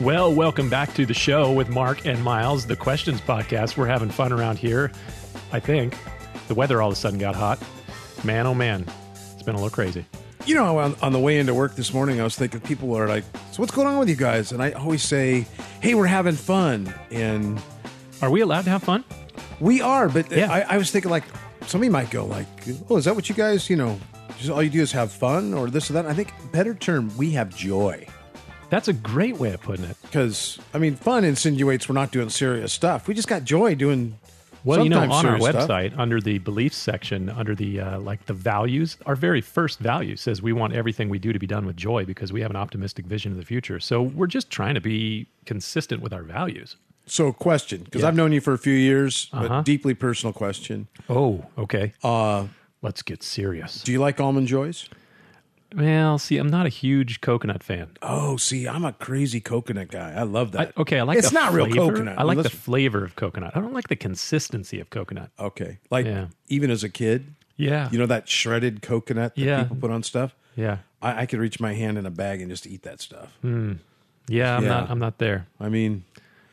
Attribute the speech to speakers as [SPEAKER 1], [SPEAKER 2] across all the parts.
[SPEAKER 1] Well, welcome back to the show with Mark and Miles, the Questions Podcast. We're having fun around here, I think. The weather all of a sudden got hot. Man, oh man, it's been a little crazy.
[SPEAKER 2] You know, on, on the way into work this morning, I was thinking people are like, "So what's going on with you guys?" And I always say, "Hey, we're having fun," and
[SPEAKER 1] Are we allowed to have fun?
[SPEAKER 2] we are. But
[SPEAKER 1] Yeah.
[SPEAKER 2] I, I was thinking like somebody might go like, "Oh, is that what you guys? You know, just all you do is have fun or this or that." I think better term, we have joy
[SPEAKER 1] That's a great way of putting it.
[SPEAKER 2] because I mean, fun insinuates we're not doing serious stuff. We just got joy doing.
[SPEAKER 1] Well, you know,
[SPEAKER 2] sometimes
[SPEAKER 1] on our
[SPEAKER 2] serious stuff.
[SPEAKER 1] website, under the beliefs section, under the uh, like the values, our very first value says we want everything we do to be done with joy because we have an optimistic vision of the future. So we're just trying to be consistent with our values.
[SPEAKER 2] So, question because
[SPEAKER 1] Yeah.
[SPEAKER 2] I've known you for a few years,
[SPEAKER 1] Uh-huh.
[SPEAKER 2] but deeply personal question:
[SPEAKER 1] Oh, okay. Uh, Let's get serious.
[SPEAKER 2] Do you like almond joys?
[SPEAKER 1] Well, see, I'm not a huge coconut fan.
[SPEAKER 2] Oh, see, I'm a crazy coconut guy. I love that.
[SPEAKER 1] Okay, I like
[SPEAKER 2] it's
[SPEAKER 1] the
[SPEAKER 2] not real
[SPEAKER 1] flavor.
[SPEAKER 2] coconut.
[SPEAKER 1] I like the
[SPEAKER 2] Unless-
[SPEAKER 1] flavor of coconut. I don't like the consistency of coconut.
[SPEAKER 2] okay, like
[SPEAKER 1] Yeah.
[SPEAKER 2] even as a kid,
[SPEAKER 1] Yeah,
[SPEAKER 2] you know that shredded coconut that
[SPEAKER 1] Yeah.
[SPEAKER 2] people put on stuff.
[SPEAKER 1] yeah,
[SPEAKER 2] I, I could reach my hand in a bag and just eat that stuff.
[SPEAKER 1] Hmm. yeah. I'm
[SPEAKER 2] Yeah.
[SPEAKER 1] not. I'm not there.
[SPEAKER 2] I mean,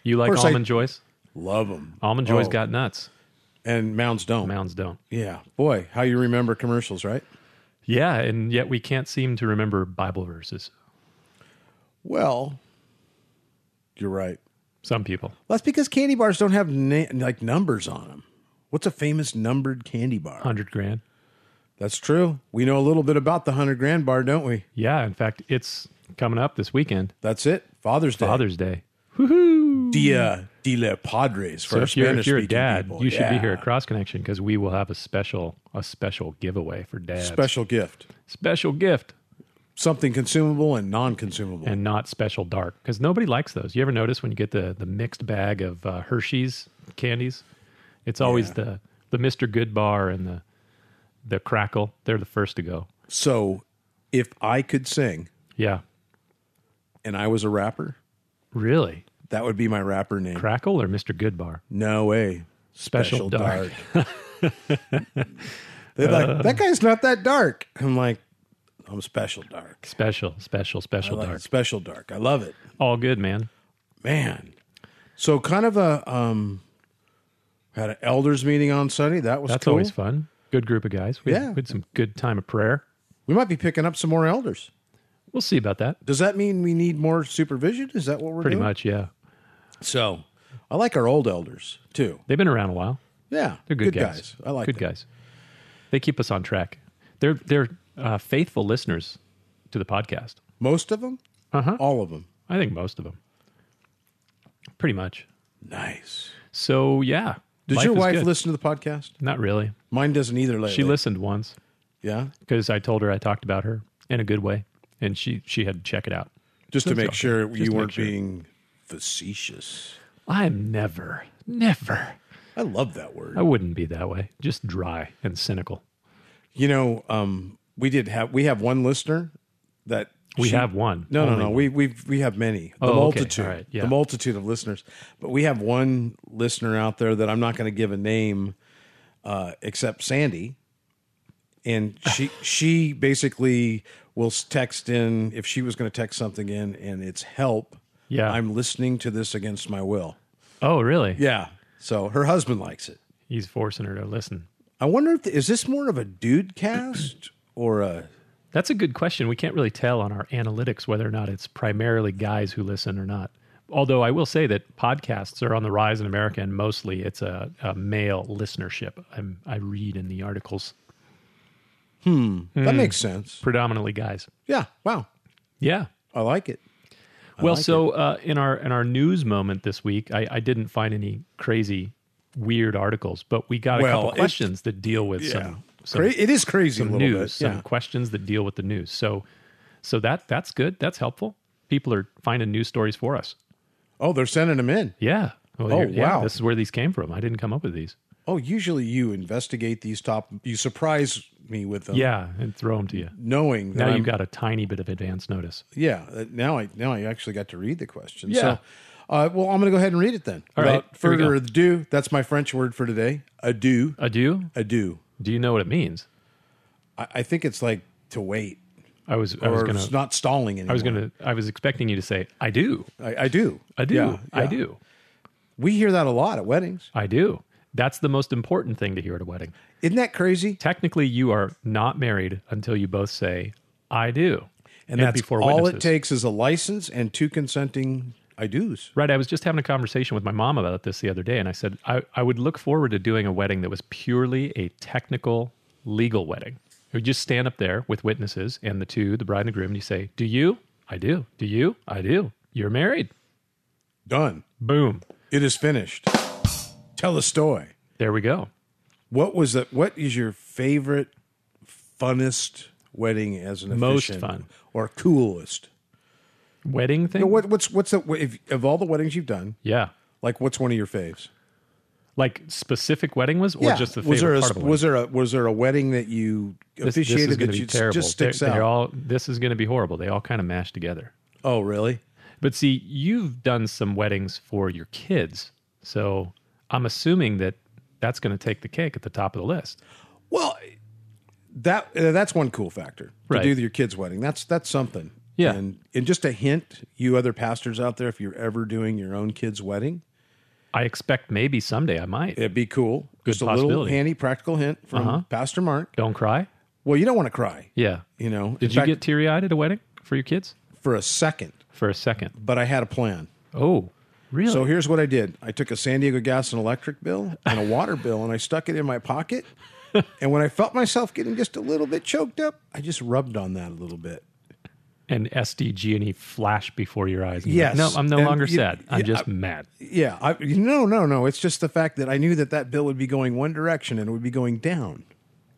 [SPEAKER 1] You like
[SPEAKER 2] course I- Oh.
[SPEAKER 1] almond joys?
[SPEAKER 2] love them.
[SPEAKER 1] Almond joys got nuts.
[SPEAKER 2] and mounds don't.
[SPEAKER 1] Mounds don't.
[SPEAKER 2] Yeah, boy, how you remember commercials, right?
[SPEAKER 1] Yeah, and yet we can't seem to remember Bible verses.
[SPEAKER 2] Well, you're right.
[SPEAKER 1] Some people.
[SPEAKER 2] Well, that's because candy bars don't have na- like numbers on them. What's a famous numbered candy bar?
[SPEAKER 1] Hundred grand.
[SPEAKER 2] That's true. We know a little bit about the hundred grand bar, don't we?
[SPEAKER 1] Yeah. In fact, it's coming up this weekend,
[SPEAKER 2] That's it. Father's Day.
[SPEAKER 1] Father's Day.
[SPEAKER 2] Dia de la uh, Padres for
[SPEAKER 1] So
[SPEAKER 2] our
[SPEAKER 1] if you're, if you're a
[SPEAKER 2] Spanish-speaking
[SPEAKER 1] dad,
[SPEAKER 2] people.
[SPEAKER 1] you should be
[SPEAKER 2] Yeah.
[SPEAKER 1] here at Cross Connection because we will have a special a special giveaway for dads.
[SPEAKER 2] Special gift,
[SPEAKER 1] special gift.
[SPEAKER 2] something consumable and non-consumable.
[SPEAKER 1] and not special dark because nobody likes those. You ever notice when you get the the mixed bag of uh, Hershey's candies? It's always
[SPEAKER 2] Yeah.
[SPEAKER 1] the the Mr. Good bar and the the crackle. They're the first to go.
[SPEAKER 2] so, if I could sing
[SPEAKER 1] Yeah,
[SPEAKER 2] and I was a rapper,
[SPEAKER 1] really,
[SPEAKER 2] that would be my rapper name.
[SPEAKER 1] crackle or Mr. Good bar.
[SPEAKER 2] No way.
[SPEAKER 1] Special dark. Uh.
[SPEAKER 2] They're like, that guy's not that dark. I'm like, I'm special dark.
[SPEAKER 1] Special, special,
[SPEAKER 2] I
[SPEAKER 1] special
[SPEAKER 2] like
[SPEAKER 1] dark.
[SPEAKER 2] Special dark. I love it.
[SPEAKER 1] All good, man.
[SPEAKER 2] Man. So kind of a um had an elders meeting on Sunday. That was
[SPEAKER 1] That's
[SPEAKER 2] cool.
[SPEAKER 1] always fun. Good group of guys. We,
[SPEAKER 2] Yeah.
[SPEAKER 1] we had some good time of prayer.
[SPEAKER 2] We might be picking up some more elders.
[SPEAKER 1] We'll see about that.
[SPEAKER 2] Does that mean we need more supervision? Is that what we're
[SPEAKER 1] Pretty
[SPEAKER 2] doing?
[SPEAKER 1] much, yeah.
[SPEAKER 2] So I like our old elders too.
[SPEAKER 1] They've been around a while.
[SPEAKER 2] Yeah,
[SPEAKER 1] They're good, guys.
[SPEAKER 2] I like
[SPEAKER 1] good
[SPEAKER 2] them.
[SPEAKER 1] guys. They keep us on track. They're they're uh, faithful listeners to the podcast.
[SPEAKER 2] Most of them,
[SPEAKER 1] Uh-huh.
[SPEAKER 2] all of them.
[SPEAKER 1] I think most of them, pretty much.
[SPEAKER 2] Nice.
[SPEAKER 1] So yeah.
[SPEAKER 2] Does
[SPEAKER 1] life
[SPEAKER 2] your
[SPEAKER 1] is
[SPEAKER 2] wife
[SPEAKER 1] good.
[SPEAKER 2] listen to the podcast?
[SPEAKER 1] Not really.
[SPEAKER 2] Mine doesn't either. Lately,
[SPEAKER 1] She listened once
[SPEAKER 2] Yeah,
[SPEAKER 1] because I told her I talked about her in a good way, and she she had to check it out.
[SPEAKER 2] just to
[SPEAKER 1] That's
[SPEAKER 2] make
[SPEAKER 1] all.
[SPEAKER 2] sure
[SPEAKER 1] Just to
[SPEAKER 2] you
[SPEAKER 1] make
[SPEAKER 2] weren't
[SPEAKER 1] sure.
[SPEAKER 2] being facetious.
[SPEAKER 1] I'm never, never.
[SPEAKER 2] I love that word.
[SPEAKER 1] I wouldn't be that way. Just dry and cynical.
[SPEAKER 2] You know, um, we did have we have one listener that
[SPEAKER 1] We
[SPEAKER 2] she-
[SPEAKER 1] have one.
[SPEAKER 2] No,
[SPEAKER 1] Only
[SPEAKER 2] no, no. We we we have many. The
[SPEAKER 1] Oh, okay.
[SPEAKER 2] multitude.
[SPEAKER 1] All right. Yeah.
[SPEAKER 2] The multitude of listeners. But we have one listener out there that I'm not going to give a name uh, except Sandy. And she she basically will s- text in if she was going to text something in and it's help.
[SPEAKER 1] Yeah.
[SPEAKER 2] I'm listening to this against my will.
[SPEAKER 1] Oh, really?
[SPEAKER 2] Yeah. So her husband likes it.
[SPEAKER 1] He's forcing her to listen.
[SPEAKER 2] I wonder if is this more of a dude cast or a
[SPEAKER 1] That's a good question. We can't really tell on our analytics whether or not it's primarily guys who listen or not. Although I will say that podcasts are on the rise in America, and mostly it's a, a male listenership. I'm, I read in the articles
[SPEAKER 2] that
[SPEAKER 1] Hmm.
[SPEAKER 2] makes sense.
[SPEAKER 1] predominantly guys.
[SPEAKER 2] Yeah. Wow.
[SPEAKER 1] Yeah.
[SPEAKER 2] I like it.
[SPEAKER 1] well, so uh, in our in our news moment this week, I, I didn't find any crazy weird articles, but we got a
[SPEAKER 2] Well,
[SPEAKER 1] couple
[SPEAKER 2] it's-
[SPEAKER 1] questions that deal with some, some
[SPEAKER 2] Cra- it is crazy a
[SPEAKER 1] some
[SPEAKER 2] little
[SPEAKER 1] news,
[SPEAKER 2] bit.
[SPEAKER 1] some
[SPEAKER 2] yeah.
[SPEAKER 1] questions that deal with the news. So, so that that's good. That's helpful. People are finding news stories for us.
[SPEAKER 2] Oh, they're sending them in.
[SPEAKER 1] Yeah. Well,
[SPEAKER 2] Oh,
[SPEAKER 1] here- yeah,
[SPEAKER 2] wow.
[SPEAKER 1] This is where these came from. I didn't come up with these.
[SPEAKER 2] Oh, usually you investigate these top. You surprise me with them.
[SPEAKER 1] Yeah, and throw them to you.
[SPEAKER 2] Knowing that
[SPEAKER 1] Now
[SPEAKER 2] I'm-
[SPEAKER 1] you've got a tiny bit of advance notice.
[SPEAKER 2] Yeah. uh, Now I now I actually got to read the question.
[SPEAKER 1] Yeah.
[SPEAKER 2] So, uh, well, I'm going to go ahead and read it then.
[SPEAKER 1] All
[SPEAKER 2] Without
[SPEAKER 1] right, here we
[SPEAKER 2] Further
[SPEAKER 1] go.
[SPEAKER 2] ado, that's my French word for today. Adieu.
[SPEAKER 1] Adieu.
[SPEAKER 2] Adieu.
[SPEAKER 1] Do you know what it means?
[SPEAKER 2] I, I think it's like to wait.
[SPEAKER 1] I was I was
[SPEAKER 2] or
[SPEAKER 1] gonna
[SPEAKER 2] it's not stalling anymore.
[SPEAKER 1] I was gonna I was expecting you to say I do
[SPEAKER 2] I, I do.
[SPEAKER 1] I do
[SPEAKER 2] Yeah,
[SPEAKER 1] I
[SPEAKER 2] yeah.
[SPEAKER 1] do
[SPEAKER 2] We hear that a lot at weddings.
[SPEAKER 1] I do. That's the most important thing to hear at a wedding.
[SPEAKER 2] Isn't that crazy?
[SPEAKER 1] Technically, you are not married until you both say I do,
[SPEAKER 2] And, that's
[SPEAKER 1] before
[SPEAKER 2] all
[SPEAKER 1] witnesses.
[SPEAKER 2] it takes is a license and two consenting I do's.
[SPEAKER 1] Right. I was just having a conversation with my mom about this the other day, and I said I, I would look forward to doing a wedding that was purely a technical, legal wedding. You would just stand up there with witnesses and the two, the bride and the groom, and you say, "Do you? I do. Do you? I do. You're married.
[SPEAKER 2] Done.
[SPEAKER 1] Boom.
[SPEAKER 2] It is finished. Tell a story.
[SPEAKER 1] There we go."
[SPEAKER 2] What was that? What is your favorite, funnest wedding as an
[SPEAKER 1] Most
[SPEAKER 2] officiant?
[SPEAKER 1] fun.
[SPEAKER 2] or coolest?
[SPEAKER 1] Wedding thing.
[SPEAKER 2] What, what's what's the if, of all the weddings you've done?
[SPEAKER 1] yeah.
[SPEAKER 2] Like, what's one of your faves?
[SPEAKER 1] Like specific wedding was, or just the favorite
[SPEAKER 2] was there a,
[SPEAKER 1] part of a wedding?
[SPEAKER 2] was there a was there a wedding that you
[SPEAKER 1] This- this
[SPEAKER 2] officiated
[SPEAKER 1] is gonna
[SPEAKER 2] that
[SPEAKER 1] be
[SPEAKER 2] you
[SPEAKER 1] terrible.
[SPEAKER 2] just sticks
[SPEAKER 1] They're-
[SPEAKER 2] out?
[SPEAKER 1] they're all- this is going to be horrible. They all kind of mash together.
[SPEAKER 2] oh, really?
[SPEAKER 1] But see, you've done some weddings for your kids. So I'm assuming that that's going to take the cake at the top of the list.
[SPEAKER 2] Well, that uh, that's one cool factor to
[SPEAKER 1] Right.
[SPEAKER 2] do your kid's wedding. That's that's something.
[SPEAKER 1] Yeah.
[SPEAKER 2] and and just a hint, you other pastors out there, if you're ever doing your own kid's wedding,
[SPEAKER 1] I expect maybe someday I might.
[SPEAKER 2] it'd be cool. just a little
[SPEAKER 1] possibility. Uh-huh.
[SPEAKER 2] handy practical hint from Pastor Mark.
[SPEAKER 1] Don't cry.
[SPEAKER 2] Well, you don't want to cry,
[SPEAKER 1] Yeah.
[SPEAKER 2] you know.
[SPEAKER 1] Did you get teary eyed at a wedding for your kids?
[SPEAKER 2] for a second?
[SPEAKER 1] For a second.
[SPEAKER 2] But I had a plan.
[SPEAKER 1] Oh, really?
[SPEAKER 2] So here's what I did. I took a San Diego gas and electric bill and a water bill and I stuck it in my pocket. And when I felt myself getting just a little bit choked up, I just rubbed on that a little bit.
[SPEAKER 1] and SDG&E flash before your eyes. And you're
[SPEAKER 2] Yes.
[SPEAKER 1] like, no, I'm no
[SPEAKER 2] And
[SPEAKER 1] longer
[SPEAKER 2] you-
[SPEAKER 1] sad. I'm
[SPEAKER 2] yeah,
[SPEAKER 1] just mad.
[SPEAKER 2] Yeah, I, no, no, no. It's just the fact that I knew that that bill would be going one direction and it would be going down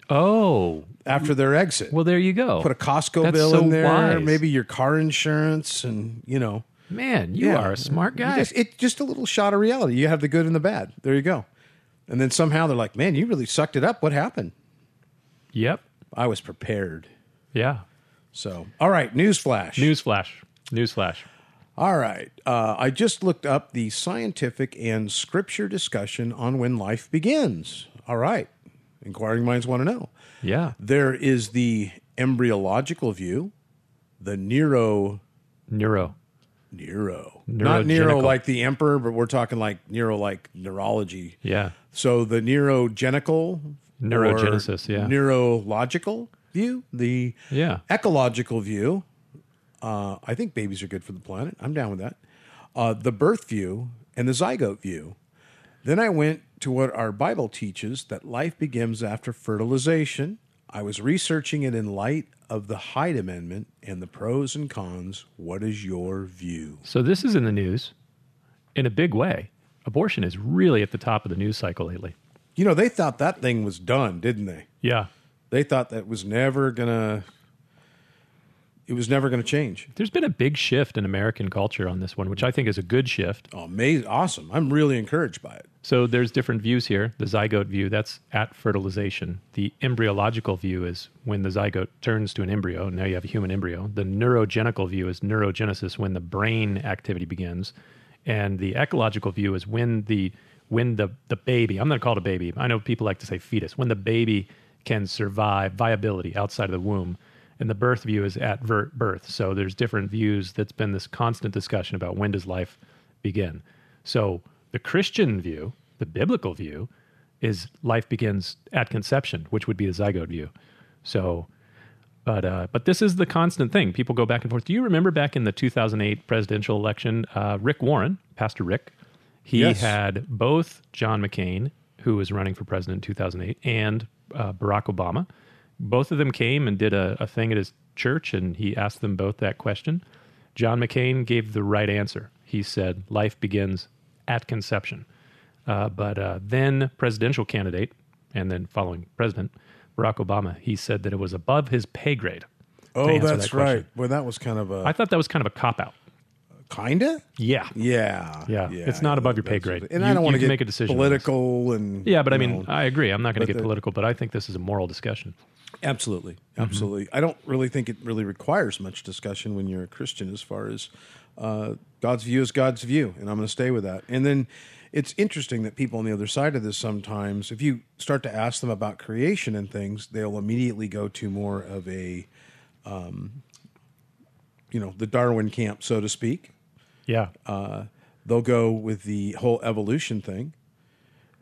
[SPEAKER 1] Oh,
[SPEAKER 2] after their exit.
[SPEAKER 1] well, there you go.
[SPEAKER 2] Put a Costco
[SPEAKER 1] That's
[SPEAKER 2] bill
[SPEAKER 1] so
[SPEAKER 2] in there,
[SPEAKER 1] wise.
[SPEAKER 2] maybe your car insurance, and you know,
[SPEAKER 1] Man, you
[SPEAKER 2] Yeah.
[SPEAKER 1] are a smart
[SPEAKER 2] You
[SPEAKER 1] guy.
[SPEAKER 2] Just, it just a little shot of reality. You have the good and the bad. There you go. And then somehow they're like, "Man, you really sucked it up. What happened?"
[SPEAKER 1] yep.
[SPEAKER 2] I was prepared.
[SPEAKER 1] Yeah.
[SPEAKER 2] So, all right, newsflash.
[SPEAKER 1] Newsflash. Newsflash.
[SPEAKER 2] All right, uh, I just looked up the scientific and scripture discussion on when life begins. All right, inquiring minds want to know.
[SPEAKER 1] Yeah.
[SPEAKER 2] There is the embryological view, the neuro
[SPEAKER 1] Neuro.
[SPEAKER 2] neuro, not neuro
[SPEAKER 1] Neurogenical.
[SPEAKER 2] like the emperor, but we're talking like neuro like neurology.
[SPEAKER 1] Yeah.
[SPEAKER 2] So the neurogenical,
[SPEAKER 1] Neurogenesis,
[SPEAKER 2] or
[SPEAKER 1] yeah.
[SPEAKER 2] neurological view, the
[SPEAKER 1] Yeah.
[SPEAKER 2] ecological view. Uh, I think babies are good for the planet. I'm down with that. Uh, the birth view and the zygote view. Then I went to what our Bible teaches that life begins after fertilization. I was researching it in light of the Hyde Amendment and the pros and cons. What is your view?
[SPEAKER 1] So this is in the news in a big way. Abortion is really at the top of the news cycle lately.
[SPEAKER 2] You know, they thought that thing was done, didn't they?
[SPEAKER 1] Yeah.
[SPEAKER 2] They thought that was never gonna. It was never gonna change.
[SPEAKER 1] There's been a big shift in American culture on this one, which I think is a good shift.
[SPEAKER 2] Amazing, awesome. I'm really encouraged by it.
[SPEAKER 1] So there's different views here. The zygote view, that's at fertilization. The embryological view is when the zygote turns to an embryo, and now you have a human embryo. The neurogenical view is neurogenesis when the brain activity begins. And the ecological view is when the when the, the baby, I'm gonna call it a baby. I know people like to say fetus, when the baby can survive viability outside of the womb. And the birth view is at ver- birth. So there's different views. That's been this constant discussion about when does life begin. So the Christian view, the biblical view, is life begins at conception, which would be the zygote view. So, but uh, but this is the constant thing. People go back and forth. Do you remember back in the 2008 presidential election, uh, Rick Warren, Pastor Rick, he
[SPEAKER 2] Yes.
[SPEAKER 1] had both John McCain, who was running for president in 2008, and uh, Barack Obama. Both of them came and did a, a thing at his church, and he asked them both that question. John McCain gave the right answer. He said, Life begins at conception. Uh, but uh, then presidential candidate, and then following president, Barack Obama, he said that it was above his pay grade. to
[SPEAKER 2] Oh,
[SPEAKER 1] answer
[SPEAKER 2] that's
[SPEAKER 1] that question.
[SPEAKER 2] right. Well, that was kind of a
[SPEAKER 1] I thought that was kind of a cop out.
[SPEAKER 2] kinda.
[SPEAKER 1] Yeah.
[SPEAKER 2] Yeah,
[SPEAKER 1] Yeah, it's not above your pay
[SPEAKER 2] that's-
[SPEAKER 1] grade.
[SPEAKER 2] and
[SPEAKER 1] You-
[SPEAKER 2] I don't want
[SPEAKER 1] you
[SPEAKER 2] to
[SPEAKER 1] can
[SPEAKER 2] get
[SPEAKER 1] make a decision on this.
[SPEAKER 2] Political and
[SPEAKER 1] Yeah, but I
[SPEAKER 2] you
[SPEAKER 1] mean,
[SPEAKER 2] know,
[SPEAKER 1] I agree. I'm not going to get
[SPEAKER 2] the-
[SPEAKER 1] political, but I think this is a moral discussion.
[SPEAKER 2] absolutely, absolutely. I don't really think it really requires much discussion when you're a Christian, as far as uh, God's view is God's view, and I'm going to stay with that. And then it's interesting that people on the other side of this sometimes, if you start to ask them about creation and things, they'll immediately go to more of a um, you know, the Darwin camp, so to speak.
[SPEAKER 1] Yeah.
[SPEAKER 2] They'll go with the whole evolution thing,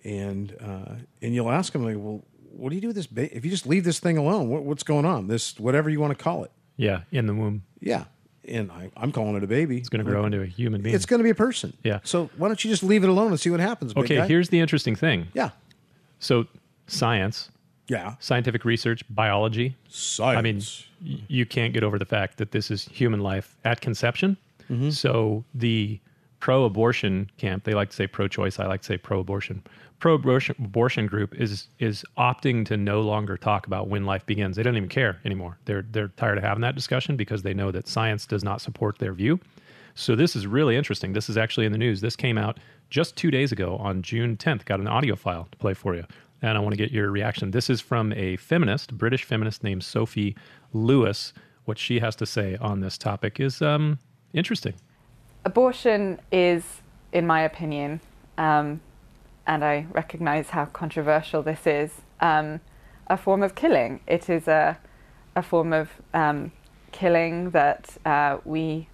[SPEAKER 2] and uh, and you'll ask them like, well, what do you do with this? Ba- if you just leave this thing alone, what, what's going on? This whatever you want to call it,
[SPEAKER 1] yeah. In the womb.
[SPEAKER 2] yeah. And I, I'm calling it a baby.
[SPEAKER 1] It's going to grow into a human being.
[SPEAKER 2] It's going to be a person.
[SPEAKER 1] Yeah.
[SPEAKER 2] So why don't you just leave it alone and see what happens? big
[SPEAKER 1] okay.
[SPEAKER 2] guy?
[SPEAKER 1] Here's the interesting thing.
[SPEAKER 2] Yeah.
[SPEAKER 1] So, science,
[SPEAKER 2] Yeah.
[SPEAKER 1] scientific research, biology.
[SPEAKER 2] Science.
[SPEAKER 1] I mean, y- you can't get over the fact that this is human life at conception.
[SPEAKER 2] Mm-hmm.
[SPEAKER 1] So the pro-abortion camp, they like to say pro-choice. I like to say pro-abortion. Pro-abortion abortion group is is opting to no longer talk about when life begins. They don't even care anymore. They're they're tired of having that discussion because they know that science does not support their view. So this is really interesting. This is actually in the news. This came out just two days ago on June 10th. Got an audio file to play for you, and I want to get your reaction. This is from a feminist, British feminist named Sophie Lewis. What she has to say on this topic is um, interesting.
[SPEAKER 3] abortion is, in my opinion, um, and I recognise how controversial this is, um, a form of killing. It is a, a form of um, killing that uh, we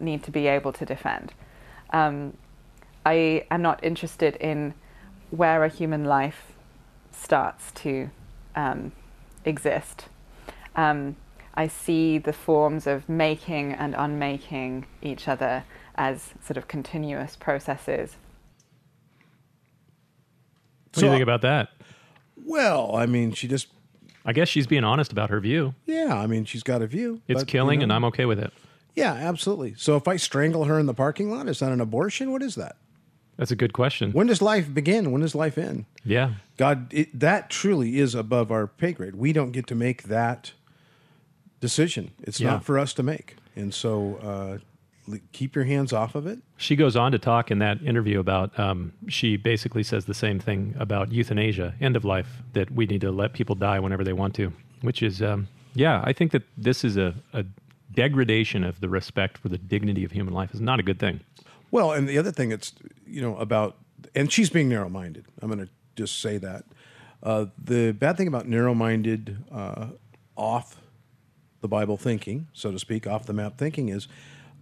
[SPEAKER 3] need to be able to defend. Um, I am not interested in where a human life starts to um, exist. Um, I see the forms of making and unmaking each other as sort of continuous processes.
[SPEAKER 1] What do you
[SPEAKER 2] So-
[SPEAKER 1] think about that?
[SPEAKER 2] well, I mean, she just.
[SPEAKER 1] I guess she's being honest about her view.
[SPEAKER 2] Yeah. I mean, she's got a view.
[SPEAKER 1] It's
[SPEAKER 2] but,
[SPEAKER 1] killing,
[SPEAKER 2] you know.
[SPEAKER 1] and I'm okay with it.
[SPEAKER 2] Yeah, absolutely. So if I strangle her in the parking lot, is that an abortion? What is that?
[SPEAKER 1] That's a good question.
[SPEAKER 2] When does life begin? When does life end?
[SPEAKER 1] Yeah,
[SPEAKER 2] God, it, that truly is above our pay grade. We don't get to make that decision. It's
[SPEAKER 1] Yeah.
[SPEAKER 2] not for us to make. And so uh, l- keep your hands off of it.
[SPEAKER 1] She goes on to talk in that interview about um, she basically says the same thing about euthanasia, end of life, that we need to let people die whenever they want to, which is, um, yeah, I think that this is a, a degradation of the respect for the dignity of human life is not a good thing.
[SPEAKER 2] Well, and the other thing it's you know about, and she's being narrow-minded. I'm going to just say that. Uh, the bad thing about narrow-minded, uh, off the Bible thinking, so to speak, off the map thinking is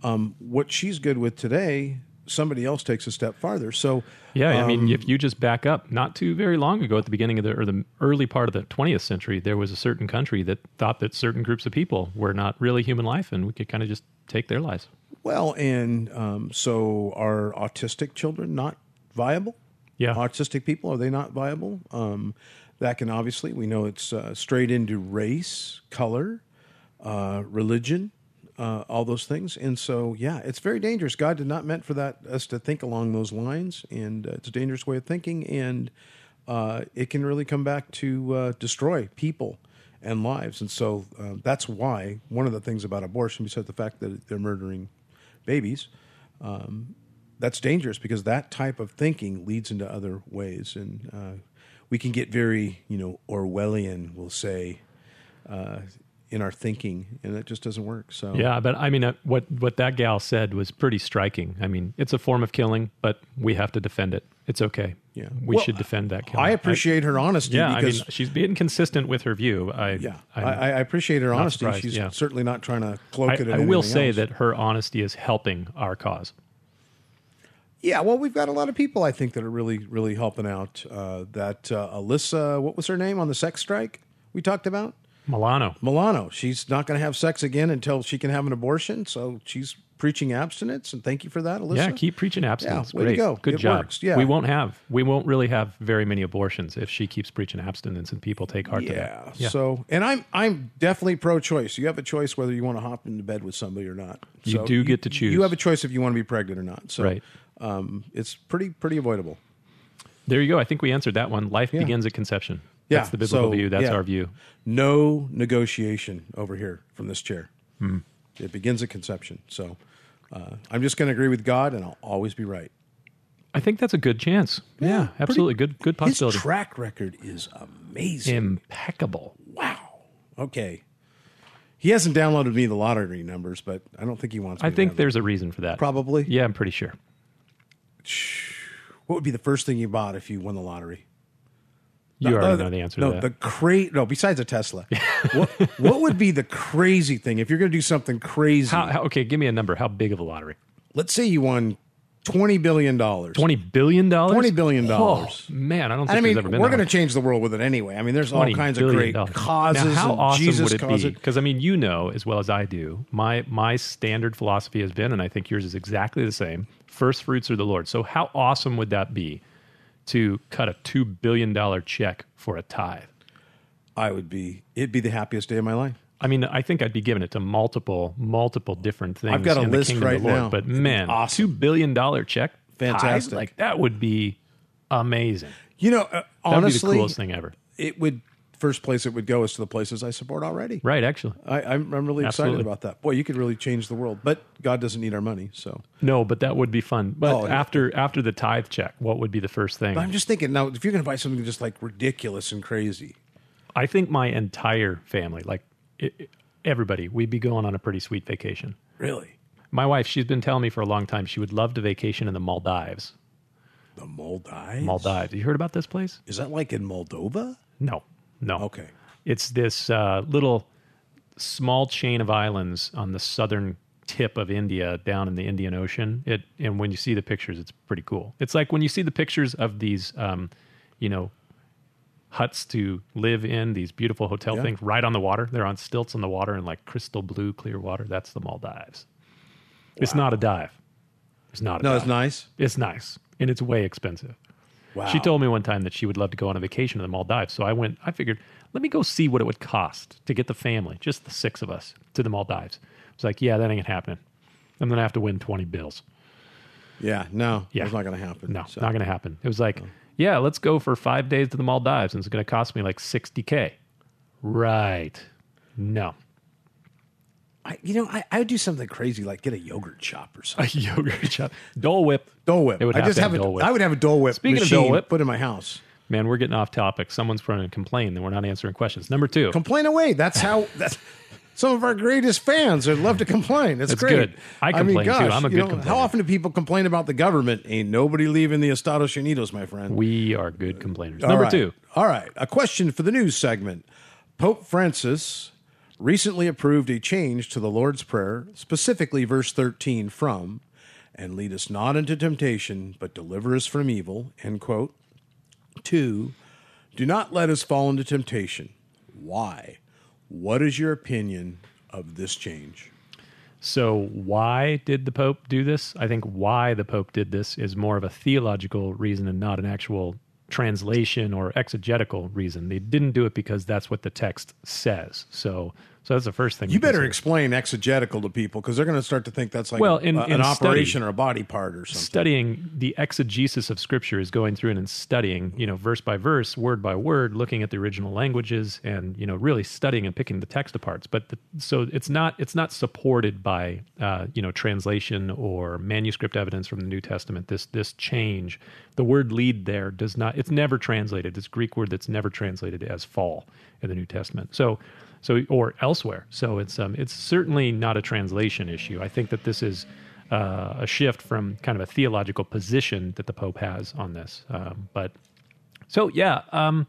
[SPEAKER 2] um, what she's good with today. Somebody else takes a step farther. So
[SPEAKER 1] Yeah, I
[SPEAKER 2] um,
[SPEAKER 1] mean, if you just back up, not too very long ago, at the beginning of the or the early part of the 20th century, there was a certain country that thought that certain groups of people were not really human life, and we could kind of just take their lives.
[SPEAKER 2] well, and um, so are autistic children not viable?
[SPEAKER 1] Yeah.
[SPEAKER 2] autistic people are they not viable? Um, that can obviously we know it's uh, straight into race, color, uh, religion, uh, all those things, and so yeah, it's very dangerous. God did not meant for that us to think along those lines, and uh, it's a dangerous way of thinking, and uh, it can really come back to uh, destroy people and lives, and so uh, that's why one of the things about abortion, besides the fact that they're murdering babies, that's dangerous because that type of thinking leads into other ways, and uh, we can get very, you know, Orwellian, we'll say, uh, in our thinking, and that just doesn't work. So,
[SPEAKER 1] Yeah, but I mean, uh, what what that gal said was pretty striking. I mean, it's a form of killing, but we have to defend it. It's okay.
[SPEAKER 2] Yeah.
[SPEAKER 1] we
[SPEAKER 2] Well,
[SPEAKER 1] should defend that killing.
[SPEAKER 2] I appreciate her honesty.
[SPEAKER 1] yeah, I mean,
[SPEAKER 2] because,
[SPEAKER 1] she's being consistent with her view. I
[SPEAKER 2] yeah, I,
[SPEAKER 1] I'm-
[SPEAKER 2] I appreciate her honesty.
[SPEAKER 1] surprised,
[SPEAKER 2] She's
[SPEAKER 1] yeah.
[SPEAKER 2] certainly not trying to cloak
[SPEAKER 1] I,
[SPEAKER 2] it. in
[SPEAKER 1] I will
[SPEAKER 2] anything
[SPEAKER 1] say
[SPEAKER 2] else.
[SPEAKER 1] that her honesty is helping our cause.
[SPEAKER 2] Yeah, well, we've got a lot of people I think that are really, really helping out. Uh, that uh, Alyssa, what was her name on the sex strike we talked about?
[SPEAKER 1] Milano.
[SPEAKER 2] Milano. She's not going to have sex again until she can have an abortion. So she's preaching abstinence, and thank you for that, Alyssa.
[SPEAKER 1] Yeah, keep preaching abstinence.
[SPEAKER 2] way to
[SPEAKER 1] Great.
[SPEAKER 2] go.
[SPEAKER 1] Good
[SPEAKER 2] It
[SPEAKER 1] job.
[SPEAKER 2] works, yeah.
[SPEAKER 1] We won't have we won't really have very many abortions if she keeps preaching abstinence and people take heart to
[SPEAKER 2] yeah.
[SPEAKER 1] that.
[SPEAKER 2] So, and I'm I'm definitely pro-choice. You have a choice whether you want to hop into bed with somebody or not.
[SPEAKER 1] You
[SPEAKER 2] So
[SPEAKER 1] do get to choose.
[SPEAKER 2] You have a choice if you want to be pregnant or not. So,
[SPEAKER 1] Right.
[SPEAKER 2] um, it's pretty pretty avoidable.
[SPEAKER 1] There you go. I think we answered that one. Life begins at conception.
[SPEAKER 2] Yeah,
[SPEAKER 1] That's the biblical
[SPEAKER 2] so,
[SPEAKER 1] view. That's
[SPEAKER 2] yeah.
[SPEAKER 1] our view.
[SPEAKER 2] No negotiation over here from this chair.
[SPEAKER 1] Hmm.
[SPEAKER 2] It begins at conception. So, uh, I'm just going to agree with God, and I'll always be right.
[SPEAKER 1] I think that's a good chance. Yeah,
[SPEAKER 2] pretty-
[SPEAKER 1] absolutely. good good
[SPEAKER 2] His
[SPEAKER 1] possibility.
[SPEAKER 2] track record is amazing.
[SPEAKER 1] Impeccable.
[SPEAKER 2] Wow. Okay. He hasn't downloaded me the lottery numbers, but I don't think he wants. Me
[SPEAKER 1] I
[SPEAKER 2] to
[SPEAKER 1] think
[SPEAKER 2] have them.
[SPEAKER 1] there's a reason for that.
[SPEAKER 2] probably.
[SPEAKER 1] Yeah, I'm pretty sure.
[SPEAKER 2] What would be the first thing you bought if you won the lottery?
[SPEAKER 1] You already
[SPEAKER 2] Uh,
[SPEAKER 1] know the answer
[SPEAKER 2] No,
[SPEAKER 1] to that.
[SPEAKER 2] the crate. No, besides a Tesla. what, what would be the crazy thing if you're going to do something crazy?
[SPEAKER 1] How, how, okay, give me a number. How big of a lottery?
[SPEAKER 2] Let's say you won twenty billion dollars.
[SPEAKER 1] Twenty billion dollars.
[SPEAKER 2] $20 billion.
[SPEAKER 1] Oh, man, I don't think
[SPEAKER 2] I mean,
[SPEAKER 1] there's ever been.
[SPEAKER 2] we're
[SPEAKER 1] that
[SPEAKER 2] going to
[SPEAKER 1] much.
[SPEAKER 2] change the world with it anyway. I mean, there's all
[SPEAKER 1] $20
[SPEAKER 2] kinds of
[SPEAKER 1] billion
[SPEAKER 2] great
[SPEAKER 1] dollars.
[SPEAKER 2] causes.
[SPEAKER 1] Now, how
[SPEAKER 2] and
[SPEAKER 1] awesome
[SPEAKER 2] Jesus
[SPEAKER 1] would it
[SPEAKER 2] cause
[SPEAKER 1] be? Because I mean, you know as well as I do. My my standard philosophy has been, and I think yours is exactly the same. First fruits are the Lord. So how awesome would that be to cut a two billion dollar check for a tithe?
[SPEAKER 2] I would be. It'd be the happiest day of my life.
[SPEAKER 1] I mean, I think I'd be giving it to multiple, multiple different things.
[SPEAKER 2] I've got a
[SPEAKER 1] in the
[SPEAKER 2] list
[SPEAKER 1] kingdom of
[SPEAKER 2] right
[SPEAKER 1] the Lord.
[SPEAKER 2] now.
[SPEAKER 1] But
[SPEAKER 2] It'd be
[SPEAKER 1] man,
[SPEAKER 2] awesome.
[SPEAKER 1] two billion dollar check, tithe?
[SPEAKER 2] Fantastic.
[SPEAKER 1] Like that would be amazing.
[SPEAKER 2] You know, uh,
[SPEAKER 1] That would be the
[SPEAKER 2] honestly,
[SPEAKER 1] coolest thing ever.
[SPEAKER 2] it would. First place it would go is to the places I support already.
[SPEAKER 1] Right? Actually,
[SPEAKER 2] I, I'm, I'm really
[SPEAKER 1] Absolutely.
[SPEAKER 2] excited about that. Boy, you could really change the world, but God doesn't need our money. So
[SPEAKER 1] no, but that would be fun. But
[SPEAKER 2] Oh, yeah.
[SPEAKER 1] after after the tithe check, what would be the first thing?
[SPEAKER 2] But I'm just thinking now, if you're going to buy something just like ridiculous and crazy,
[SPEAKER 1] I think my entire family, like i i- everybody, we'd be going on a pretty sweet vacation.
[SPEAKER 2] really,
[SPEAKER 1] My wife, she's been telling me for a long time she would love to vacation in the Maldives.
[SPEAKER 2] the Maldives.
[SPEAKER 1] Maldives. You heard about this place?
[SPEAKER 2] Is that like in Moldova?
[SPEAKER 1] No, no.
[SPEAKER 2] Okay.
[SPEAKER 1] It's this uh, little small chain of islands on the southern tip of India, down in the Indian Ocean. It and when you see the pictures, it's pretty cool. It's like when you see the pictures of these, um, you know, huts to live in these beautiful hotel
[SPEAKER 2] Yeah.
[SPEAKER 1] things right on the water. They're on stilts on the water and like crystal blue, clear water. That's the Maldives. It's not a dive. It's not. A
[SPEAKER 2] No,
[SPEAKER 1] dive.
[SPEAKER 2] it's nice.
[SPEAKER 1] It's nice and it's way expensive.
[SPEAKER 2] Wow.
[SPEAKER 1] She told me one time that she would love to go on a vacation to the Maldives. So I went, I figured, let me go see what it would cost to get the family, just the six of us, to the Maldives. I was like, yeah, that ain't happening. I'm going to have to win 20 bills.
[SPEAKER 2] Yeah, no,
[SPEAKER 1] Yeah.
[SPEAKER 2] it's not going to happen.
[SPEAKER 1] No,
[SPEAKER 2] So- Oh.
[SPEAKER 1] not going to happen. It was like, yeah, let's go for five days to the Maldives and it's going to cost me like 60K. Right. No.
[SPEAKER 2] I, you know, I, I would do something crazy like get a yogurt shop or something.
[SPEAKER 1] A yogurt shop. Dole whip.
[SPEAKER 2] Dole Whip.
[SPEAKER 1] It would
[SPEAKER 2] I
[SPEAKER 1] have
[SPEAKER 2] just
[SPEAKER 1] to
[SPEAKER 2] have
[SPEAKER 1] have
[SPEAKER 2] a,
[SPEAKER 1] Dole Whip.
[SPEAKER 2] I would have a Dole Whip.
[SPEAKER 1] Speaking of
[SPEAKER 2] machine
[SPEAKER 1] Dole Whip-
[SPEAKER 2] put in my house.
[SPEAKER 1] Man, we're getting off topic. Someone's running a complaint and we're not answering questions. Number two.
[SPEAKER 2] Complain away. That's how. That's some of our greatest fans would love to complain. It's
[SPEAKER 1] That's
[SPEAKER 2] great.
[SPEAKER 1] good. I complain, too. I'm a good
[SPEAKER 2] you know,
[SPEAKER 1] complainer.
[SPEAKER 2] How often do people complain about the government? Ain't nobody leaving the Estados Unidos, my friend.
[SPEAKER 1] We are good complainers.
[SPEAKER 2] All
[SPEAKER 1] Number
[SPEAKER 2] right.
[SPEAKER 1] two.
[SPEAKER 2] All right. A question for the news segment. Pope Francis recently approved a change to the Lord's Prayer, specifically verse 13 from, and lead us not into temptation, but deliver us from evil, end quote, to, do not let us fall into temptation. Why? What is your opinion of this change?
[SPEAKER 1] So, why did the Pope do this? I think why the Pope did this is more of a theological reason and not an actual translation or exegetical reason. They didn't do it because that's what the text says. So, so that's the first thing.
[SPEAKER 2] You better
[SPEAKER 1] consider.
[SPEAKER 2] explain exegetical to people because they're going to start to think that's like
[SPEAKER 1] Well, in-
[SPEAKER 2] a-
[SPEAKER 1] in
[SPEAKER 2] an
[SPEAKER 1] study-
[SPEAKER 2] operation or a body part or something.
[SPEAKER 1] studying the exegesis of scripture is going through and studying, you know, verse by verse, word by word, looking at the original languages and, you know, really studying and picking the text apart. But the, so it's not it's not supported by uh, you know, translation or manuscript evidence from the New Testament. This this change, the word lead there does not it's never translated. This Greek word that's never translated as fall in the New Testament. So so or elsewhere. So it's um it's certainly not a translation issue. I think that this is uh, a shift from kind of a theological position that the Pope has on this. Um, but so, yeah, um,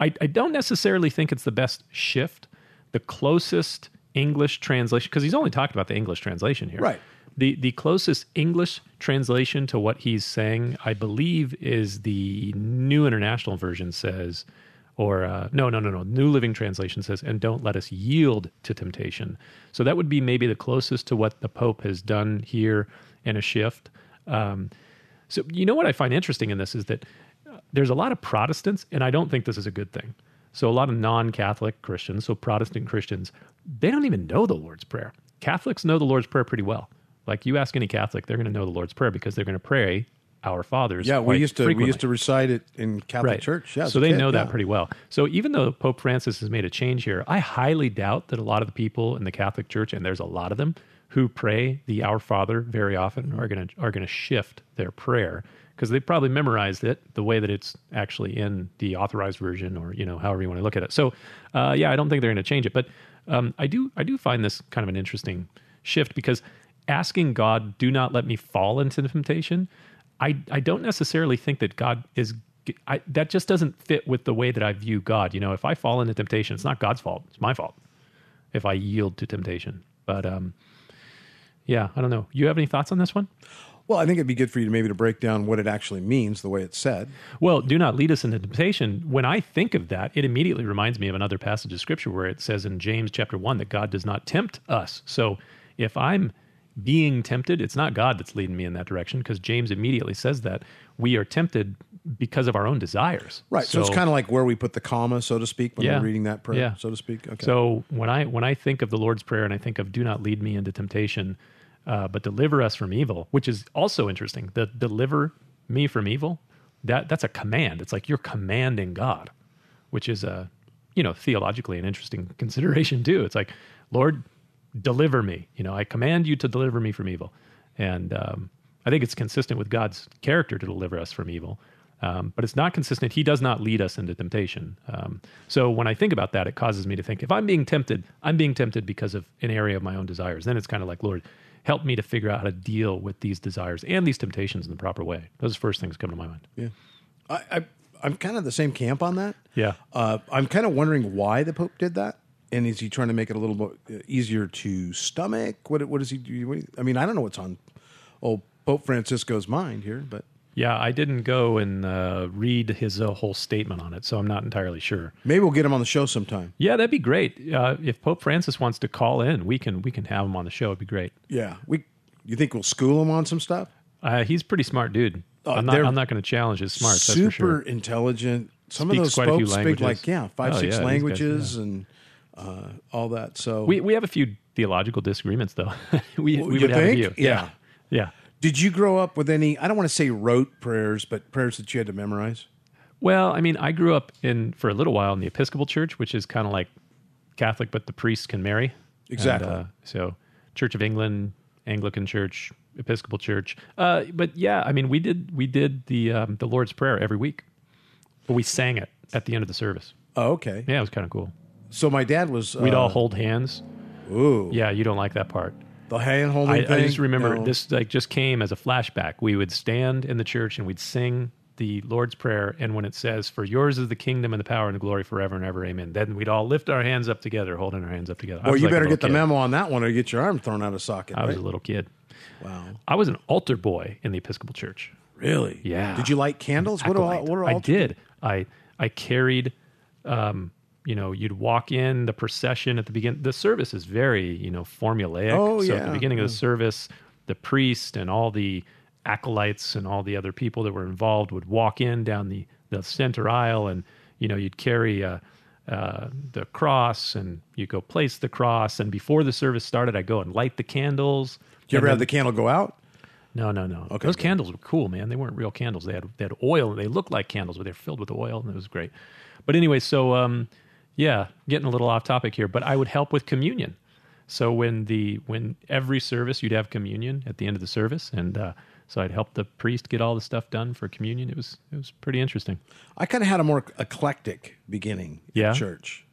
[SPEAKER 1] I, I don't necessarily think it's the best shift. The closest English translation, because he's only talked about the English translation here.
[SPEAKER 2] Right.
[SPEAKER 1] The, the closest English translation to what he's saying, I believe, is the New International Version says, or uh, no, no, no, no, New Living Translation says, and don't let us yield to temptation. So that would be maybe the closest to what the Pope has done here in a shift. Um, so you know what I find interesting in this is that uh, there's a lot of Protestants, and I don't think this is a good thing. So a lot of non-Catholic Christians, so Protestant Christians, they don't even know the Lord's Prayer. Catholics know the Lord's Prayer pretty well. Like you ask any Catholic, they're going to know the Lord's Prayer because they're going to pray Our Fathers.
[SPEAKER 2] Yeah, we
[SPEAKER 1] quite
[SPEAKER 2] used to we
[SPEAKER 1] frequently.
[SPEAKER 2] used to recite it in Catholic church. Yeah, as
[SPEAKER 1] So
[SPEAKER 2] a
[SPEAKER 1] they
[SPEAKER 2] kid,
[SPEAKER 1] know that
[SPEAKER 2] yeah.
[SPEAKER 1] pretty well. So even though Pope Francis has made a change here, I highly doubt that a lot of the people in the Catholic Church, and there's a lot of them, who pray the Our Father very often are gonna are gonna shift their prayer because they probably memorized it the way that it's actually in the authorized version or you know however you want to look at it. So uh, yeah, I don't think they're gonna change it, but um, I do I do find this kind of an interesting shift because asking God, "Do not let me fall into temptation," I I don't necessarily think that God is I, that just doesn't fit with the way that I view God. You know, if I fall into temptation, it's not God's fault; it's my fault if I yield to temptation. But um, yeah, I don't know. You have any thoughts on this one?
[SPEAKER 2] Well, I think it'd be good for you to maybe to break down what it actually means, the way it's said.
[SPEAKER 1] Well, do not lead us into temptation. When I think of that, it immediately reminds me of another passage of scripture where it says in James chapter 1 that God does not tempt us. So if I'm being tempted, it's not God that's leading me in that direction because James immediately says that we are tempted because of our own desires.
[SPEAKER 2] Right. So, it's kind of like where we put the comma, so to speak, when
[SPEAKER 1] Yeah.
[SPEAKER 2] we're reading that prayer,
[SPEAKER 1] Yeah.
[SPEAKER 2] so to speak. Okay.
[SPEAKER 1] So when I when I think of the Lord's prayer and I think of "Do not lead me into temptation, uh, but deliver us from evil," which is also interesting. The "deliver me from evil" that that's a command. It's like you're commanding God, which is a you know theologically an interesting consideration too. It's like Lord, deliver me. You know, I command you to deliver me from evil, and um, I think it's consistent with God's character to deliver us from evil. Um, but it's not consistent. He does not lead us into temptation. Um, so when I think about that, it causes me to think if I'm being tempted, I'm being tempted because of an area of my own desires. Then it's kind of like, Lord, help me to figure out how to deal with these desires and these temptations in the proper way. Those first things come to my mind.
[SPEAKER 2] yeah. I, I, I'm kind of the same camp on that.
[SPEAKER 1] Yeah.
[SPEAKER 2] Uh, I'm kind of wondering why the Pope did that. And is he trying to make it a little more uh, easier to stomach? What What is he do? What, I mean, I don't know what's on old Pope Francisco's mind here, but
[SPEAKER 1] Yeah, I didn't go and uh, read his uh, whole statement on it, so I'm not entirely sure.
[SPEAKER 2] maybe we'll get him on the show sometime.
[SPEAKER 1] Yeah, that'd be great. Uh, if Pope Francis wants to call in, we can we can have him on the show. It'd be great.
[SPEAKER 2] Yeah. We. You think we'll school him on some stuff?
[SPEAKER 1] Uh, he's a pretty smart dude.
[SPEAKER 2] Oh,
[SPEAKER 1] I'm not
[SPEAKER 2] they're
[SPEAKER 1] I'm not going to challenge his smarts.
[SPEAKER 2] super
[SPEAKER 1] that's for sure.
[SPEAKER 2] intelligent. Some
[SPEAKER 1] Speaks
[SPEAKER 2] of those
[SPEAKER 1] quite a few
[SPEAKER 2] folks speak
[SPEAKER 1] languages.
[SPEAKER 2] like yeah, five,
[SPEAKER 1] Oh,
[SPEAKER 2] six
[SPEAKER 1] yeah, these guys,
[SPEAKER 2] languages and uh, all that. So
[SPEAKER 1] We we have a few theological disagreements though. we we
[SPEAKER 2] you
[SPEAKER 1] would have a few.
[SPEAKER 2] think? Yeah.
[SPEAKER 1] Yeah.
[SPEAKER 2] Did you grow up with any? I don't want to say rote prayers, but prayers that you had to memorize.
[SPEAKER 1] Well, I mean, I grew up in for a little while in the Episcopal Church, which is kind of like Catholic, but the priests can marry.
[SPEAKER 2] Exactly.
[SPEAKER 1] And, uh, so, Church of England, Anglican Church, Episcopal Church. Uh, but yeah, I mean, we did we did the um, the Lord's Prayer every week, but we sang it at the end of the service.
[SPEAKER 2] Oh, okay.
[SPEAKER 1] Yeah, it was kind of cool.
[SPEAKER 2] So my dad was.
[SPEAKER 1] We'd
[SPEAKER 2] uh,
[SPEAKER 1] all hold hands.
[SPEAKER 2] Ooh,
[SPEAKER 1] Yeah, you don't like that part.
[SPEAKER 2] the hand holding
[SPEAKER 1] I,
[SPEAKER 2] thing.
[SPEAKER 1] I just remember
[SPEAKER 2] No.
[SPEAKER 1] this like just came as a flashback. We would stand in the church and we'd sing the Lord's Prayer, and when it says, "For yours is the kingdom and the power and the glory forever and ever, Amen," then we'd all lift our hands up together, holding our hands up together. I
[SPEAKER 2] Well,
[SPEAKER 1] was
[SPEAKER 2] you
[SPEAKER 1] like a
[SPEAKER 2] better
[SPEAKER 1] little
[SPEAKER 2] get the
[SPEAKER 1] kid.
[SPEAKER 2] memo on that one, or you get your arm thrown out of socket.
[SPEAKER 1] I was a
[SPEAKER 2] right?
[SPEAKER 1] little kid.
[SPEAKER 2] Wow,
[SPEAKER 1] I was an altar boy in the Episcopal Church.
[SPEAKER 2] really?
[SPEAKER 1] Yeah.
[SPEAKER 2] Did you light candles? What do all?
[SPEAKER 1] acolyte.
[SPEAKER 2] What are
[SPEAKER 1] I
[SPEAKER 2] all?
[SPEAKER 1] did. I I carried. Um, you know, you'd walk in the procession at the beginning. The service is very you know formulaic.
[SPEAKER 2] Oh,
[SPEAKER 1] so at
[SPEAKER 2] yeah.
[SPEAKER 1] the beginning of the service, the priest and all the acolytes and all the other people that were involved would walk in down the the center aisle, and you know you'd carry. Uh, uh, the cross, and you go place the cross. And before the service started, I go and light the candles. and
[SPEAKER 2] You ever
[SPEAKER 1] then-
[SPEAKER 2] have the candle go out?
[SPEAKER 1] no, no, no. Those
[SPEAKER 2] good.
[SPEAKER 1] candles were cool, man. They weren't real candles. They had they had oil. They looked like candles, but they're filled with oil, and it was great. But anyway, so um, yeah, getting a little off topic here, but I would help with communion. So when the when every service you'd have communion at the end of the service, and uh, so I'd help the priest get all the stuff done for communion. It was it was pretty interesting.
[SPEAKER 2] I kind of had a more eclectic beginning
[SPEAKER 1] Yeah.
[SPEAKER 2] in church.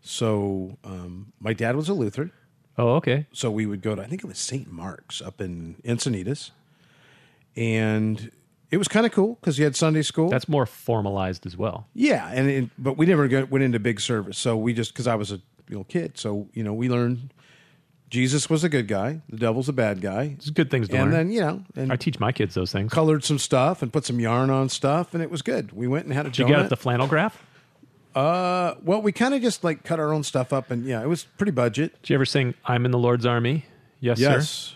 [SPEAKER 2] So um, my dad was a Lutheran,
[SPEAKER 1] Oh, okay.
[SPEAKER 2] so we would go to I think it was St. Mark's up in Encinitas, and it was kind of cool because he had Sunday school.
[SPEAKER 1] That's more formalized as well.
[SPEAKER 2] yeah, and it, but we never got, went into big service. So we just because I was a little kid, so you know we learned Jesus was a good guy, the devil's a bad guy,
[SPEAKER 1] It's good things to
[SPEAKER 2] and
[SPEAKER 1] learn.
[SPEAKER 2] then you know and
[SPEAKER 1] I teach my kids those things.
[SPEAKER 2] colored some stuff and put some yarn on stuff, and it was good. We went and had a
[SPEAKER 1] Did you
[SPEAKER 2] donut.
[SPEAKER 1] get out the flannel graph?
[SPEAKER 2] Uh, well, we kind of just like cut our own stuff up, and yeah, it was pretty budget.
[SPEAKER 1] Did you ever sing "I'm in the Lord's Army"? Yes, sir.
[SPEAKER 2] Yes,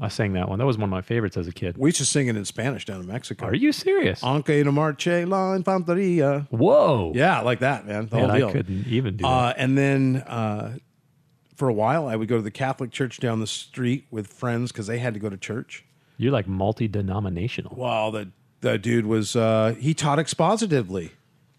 [SPEAKER 1] I sang that one. That was one of my favorites as a kid.
[SPEAKER 2] we used to sing it in Spanish down in Mexico.
[SPEAKER 1] Are you serious?
[SPEAKER 2] Aunque no marche la infanteria.
[SPEAKER 1] Whoa.
[SPEAKER 2] Yeah, like that, man. The
[SPEAKER 1] Man,
[SPEAKER 2] whole deal.
[SPEAKER 1] I couldn't even do that.
[SPEAKER 2] Uh, and then uh, for a while, I would go to the Catholic church down the street with friends because they had to go to church.
[SPEAKER 1] You're like multi denominational.
[SPEAKER 2] Wow, the the dude was uh, he taught expositively.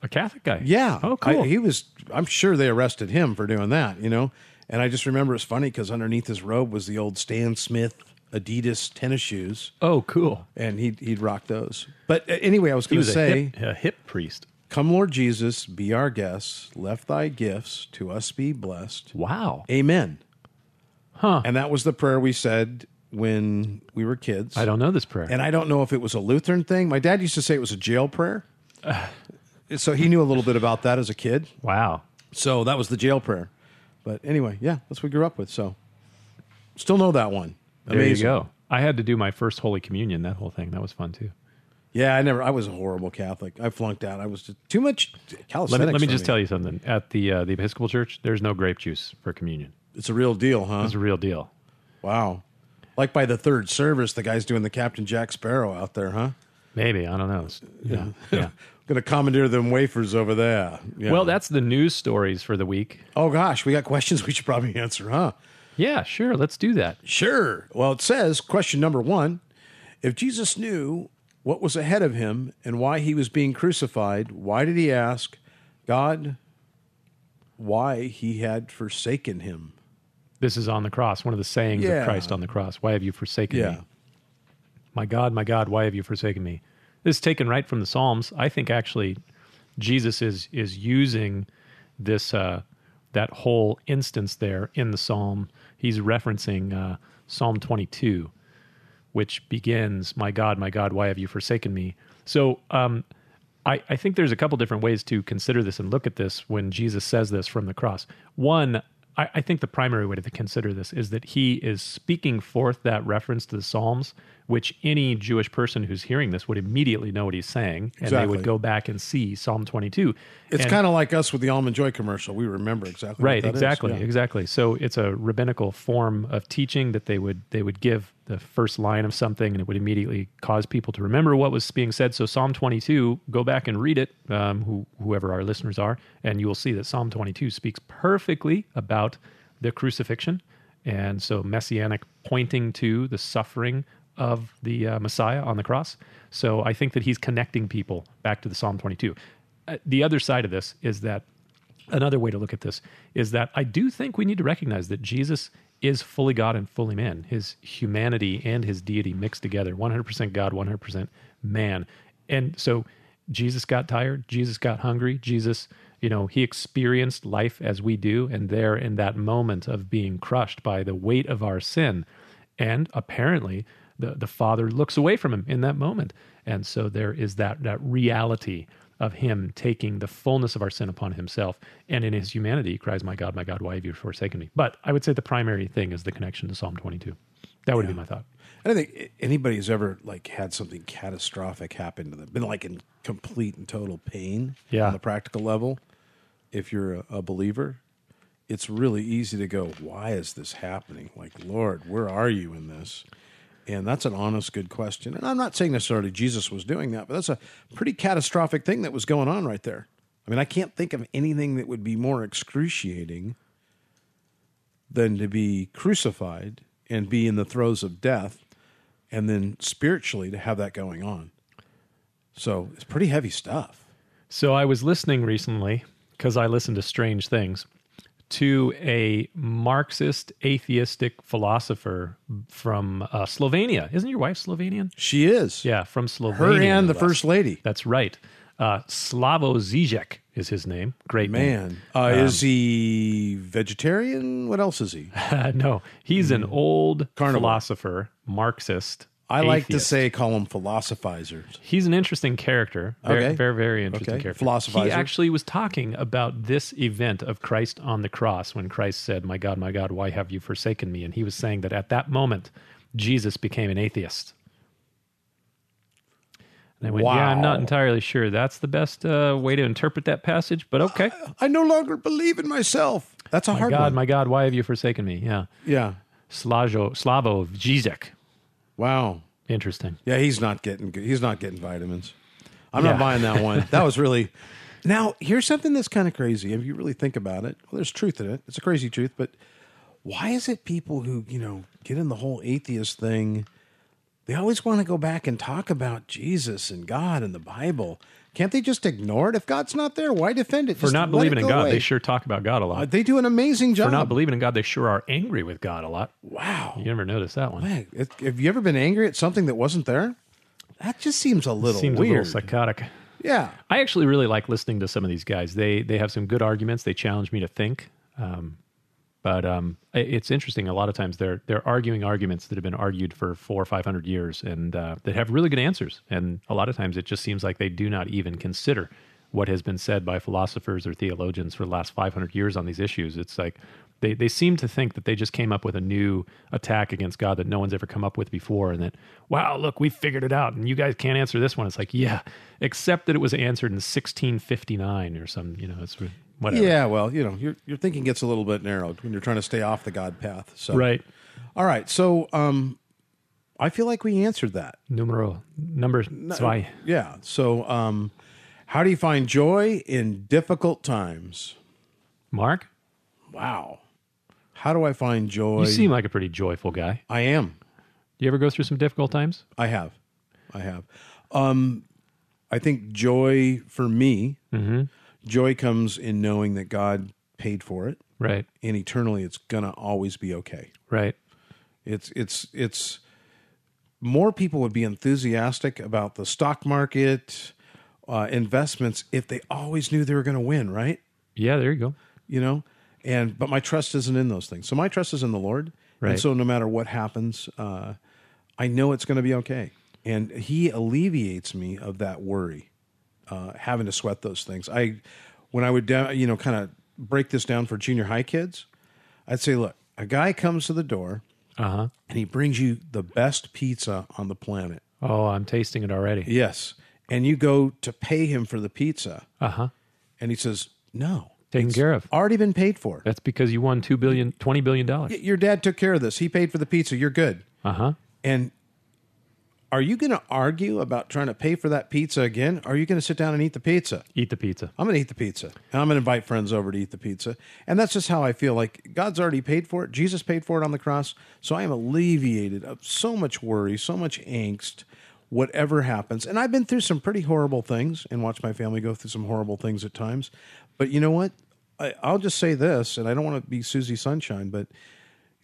[SPEAKER 1] A Catholic guy.
[SPEAKER 2] Yeah.
[SPEAKER 1] Oh, cool.
[SPEAKER 2] I- he was, I'm sure they arrested him for doing that, you know? And I just remember it's funny because underneath his robe was the old Stan Smith Adidas tennis shoes,
[SPEAKER 1] oh, cool.
[SPEAKER 2] and he'd, he'd rock those. But uh, anyway, I was
[SPEAKER 1] He
[SPEAKER 2] going to
[SPEAKER 1] was a,
[SPEAKER 2] say,
[SPEAKER 1] hip, a hip priest.
[SPEAKER 2] Come, Lord Jesus, be our guest. Left thy gifts to us be blessed.
[SPEAKER 1] Wow.
[SPEAKER 2] Amen.
[SPEAKER 1] Huh.
[SPEAKER 2] And that was the prayer we said when we were kids.
[SPEAKER 1] I don't know this prayer.
[SPEAKER 2] and I don't know if it was a Lutheran thing. My dad used to say it was a jail prayer. so he knew a little bit about that as a kid.
[SPEAKER 1] Wow.
[SPEAKER 2] So that was the jail prayer. But anyway, yeah, that's what we grew up with. So still know that one.
[SPEAKER 1] There you go. I had to do my first Holy Communion, that whole thing. That was fun too.
[SPEAKER 2] Yeah, I never. I was a horrible Catholic. I flunked out. I was just too much calisthenics.
[SPEAKER 1] Let me, let me just tell you something. At the uh, the Episcopal Church, there's no grape juice for communion.
[SPEAKER 2] it's a real deal, huh?
[SPEAKER 1] It's a real deal.
[SPEAKER 2] Wow. Like by the third service, the guy's doing the Captain Jack Sparrow out there, huh?
[SPEAKER 1] Maybe I don't know. It's- Yeah, yeah.
[SPEAKER 2] Going to commandeer them wafers over there. Yeah.
[SPEAKER 1] Well, that's the news stories for the week.
[SPEAKER 2] oh gosh, we got questions we should probably answer, huh?
[SPEAKER 1] Yeah, sure. Let's do that.
[SPEAKER 2] Sure. Well, it says question number one: If Jesus knew what was ahead of him and why he was being crucified, why did he ask God why he had forsaken him?
[SPEAKER 1] This is on the cross. One of the sayings
[SPEAKER 2] Yeah.
[SPEAKER 1] of Christ on the cross. Why have you forsaken
[SPEAKER 2] Yeah.
[SPEAKER 1] me? My God, my God, why have you forsaken me? This is taken right from the Psalms. I think actually Jesus is is using this uh, that whole instance there in the Psalm. He's referencing uh, Psalm 22, which begins, "My God, my God, why have you forsaken me?" So um, I, I think there's a couple different ways to consider this and look at this when Jesus says this from the cross. One, I, I think the primary way to consider this is that he is speaking forth that reference to the Psalms, which any Jewish person who's hearing this would immediately know what he's saying, and they
[SPEAKER 2] Exactly.
[SPEAKER 1] would go back and see Psalm 22.
[SPEAKER 2] It's
[SPEAKER 1] And-
[SPEAKER 2] kind of like us with the almond joy commercial. We remember exactly. what
[SPEAKER 1] right
[SPEAKER 2] that is.
[SPEAKER 1] exactly
[SPEAKER 2] Yeah.
[SPEAKER 1] exactly so it's a rabbinical form of teaching that they would they would give the first line of something and it would immediately cause people to remember what was being said so psalm 22 go back and read it um, who, whoever our listeners are and you will see that psalm 22 speaks perfectly about the crucifixion and so messianic pointing to the suffering of the uh, messiah on the cross so i think that he's connecting people back to the psalm 22 Uh, the other side of this is that another way to look at this is that I do think we need to recognize that Jesus is fully God and fully man, his humanity and his deity mixed together, 100% God, 100% man. And so Jesus got tired, Jesus got hungry, Jesus, you know, he experienced life as we do. And there in that moment of being crushed by the weight of our sin, and apparently the, the father looks away from him in that moment and so there is that that reality of him taking the fullness of our sin upon himself and in his humanity he cries my god my god why have you forsaken me but i would say the primary thing is the connection to psalm 22 that would be my thought
[SPEAKER 2] I don't think anybody has ever like had something catastrophic happen to them, been like in complete and total pain.
[SPEAKER 1] Yeah.
[SPEAKER 2] On the practical level, if you're a, a believer, it's really easy to go, "Why is this happening?" Like, Lord, where are you in this? And that's an honest, good question. And I'm not saying necessarily Jesus was doing that, but that's a pretty catastrophic thing that was going on right there. I mean, I can't think of anything that would be more excruciating than to be crucified and be in the throes of death and then spiritually to have that going on. So it's pretty heavy stuff.
[SPEAKER 1] So I was listening recently because I listen to strange things to a Marxist atheistic philosopher from uh, Slovenia. Isn't your wife Slovenian?
[SPEAKER 2] She is.
[SPEAKER 1] Yeah, from Slovenia.
[SPEAKER 2] Her and the
[SPEAKER 1] no less.
[SPEAKER 2] first lady.
[SPEAKER 1] That's right. Uh, Slavo Zizek is his name. Great name.
[SPEAKER 2] Man. Uh, is he vegetarian? What else is he?
[SPEAKER 1] Uh, no, he's an old
[SPEAKER 2] Mm-hmm. Carnivore.
[SPEAKER 1] philosopher, Marxist.
[SPEAKER 2] I like to
[SPEAKER 1] atheist.
[SPEAKER 2] say call him philosophizers.
[SPEAKER 1] he's an interesting character. Very,
[SPEAKER 2] Okay.
[SPEAKER 1] very, very interesting
[SPEAKER 2] Okay.
[SPEAKER 1] character.
[SPEAKER 2] Philosophizer.
[SPEAKER 1] He actually was talking about this event of Christ on the cross when Christ said, "My God, my God, why have you forsaken me?" And he was saying that at that moment, Jesus became an atheist. And I went, "Yeah, I'm
[SPEAKER 2] Wow.
[SPEAKER 1] not entirely sure that's the best uh, way to interpret that passage, but okay."
[SPEAKER 2] I no longer believe in myself. That's a
[SPEAKER 1] My
[SPEAKER 2] hard
[SPEAKER 1] God,
[SPEAKER 2] one.
[SPEAKER 1] my God, why have you forsaken me? Yeah.
[SPEAKER 2] yeah.
[SPEAKER 1] Slajo, Slavo Zizek.
[SPEAKER 2] Wow.
[SPEAKER 1] Interesting.
[SPEAKER 2] Yeah, he's not getting good. He's not getting vitamins. I'm
[SPEAKER 1] Yeah.
[SPEAKER 2] not buying that one. That was really. Now, here's something that's kind of crazy. If you really think about it, well, there's truth in it. It's a crazy truth, but why is it people who, you know, get in the whole atheist thing, they always want to go back and talk about Jesus and God and the Bible? Can't they just ignore it? If God's not there, why defend it?
[SPEAKER 1] For not believing in God, they sure talk about God a lot.
[SPEAKER 2] They do an amazing job.
[SPEAKER 1] For not believing in God, they sure are angry with God a lot.
[SPEAKER 2] wow.
[SPEAKER 1] You never noticed that one.
[SPEAKER 2] Hey, if- have you ever been angry at something that wasn't there? That just seems a little
[SPEAKER 1] Seems a
[SPEAKER 2] weird.
[SPEAKER 1] little psychotic.
[SPEAKER 2] yeah.
[SPEAKER 1] I actually really like listening to some of these guys. They they have some good arguments. They challenge me to think. Um, But um, i- it's interesting. A lot of times they're they're arguing arguments that have been argued for four or five hundred years, and uh, that have really good answers. And a lot of times it just seems like they do not even consider what has been said by philosophers or theologians for the last five hundred years on these issues. It's like they they seem to think that they just came up with a new attack against God that no one's ever come up with before, and that wow, look, we figured it out, and you guys can't answer this one. It's like yeah, except that it was answered in 1659 or some, you know, it's whatever.
[SPEAKER 2] Yeah, well, you know, your your thinking gets a little bit narrowed when you're trying to stay off the God path. So
[SPEAKER 1] Right.
[SPEAKER 2] All right. So um I feel like we answered that.
[SPEAKER 1] Numero number zwei.
[SPEAKER 2] Yeah. So um how do you find joy in difficult times?
[SPEAKER 1] Mark,
[SPEAKER 2] Wow. How do I find joy?
[SPEAKER 1] you seem like a pretty joyful guy.
[SPEAKER 2] I am.
[SPEAKER 1] Do you ever go through some difficult times?
[SPEAKER 2] I have. I have. Um, I think joy for me,
[SPEAKER 1] Mm-hmm.
[SPEAKER 2] joy comes in knowing that God paid for it,
[SPEAKER 1] Right.
[SPEAKER 2] and eternally it's gonna always be okay.
[SPEAKER 1] Right.
[SPEAKER 2] It's it's it's more people would be enthusiastic about the stock market uh, investments if they always knew they were going to win, right?
[SPEAKER 1] Yeah, there you go.
[SPEAKER 2] You know, and but my trust isn't in those things. So my trust is in the Lord,
[SPEAKER 1] Right.
[SPEAKER 2] and so no matter what happens, uh, I know it's going to be okay. And He alleviates me of that worry, uh, having to sweat those things. I when I would da- you know kind of break this down for junior high kids, I'd say, look, a guy comes to the door
[SPEAKER 1] Uh-huh.
[SPEAKER 2] and he brings you the best pizza on the planet.
[SPEAKER 1] Oh, I'm tasting it already.
[SPEAKER 2] Yes. And you go to pay him for the pizza.
[SPEAKER 1] Uh-huh.
[SPEAKER 2] And he says, No.
[SPEAKER 1] Taken
[SPEAKER 2] It's
[SPEAKER 1] care of.
[SPEAKER 2] Already been paid for.
[SPEAKER 1] That's because you won 2 billion 20 billion dollars.
[SPEAKER 2] Your dad took care of this. He paid for the pizza. You're good.
[SPEAKER 1] Uh-huh.
[SPEAKER 2] And are you going to argue about trying to pay for that pizza again? Or are you going to sit down and eat the pizza?
[SPEAKER 1] Eat the pizza.
[SPEAKER 2] I'm going to eat the pizza. And I'm going to invite friends over to eat the pizza. And that's just how I feel like God's already paid for it. Jesus paid for it on the cross. So I am alleviated of so much worry, so much angst, whatever happens. And I've been through some pretty horrible things and watched my family go through some horrible things at times. But you know what? I, I'll just say this, and I don't want to be Susie Sunshine, but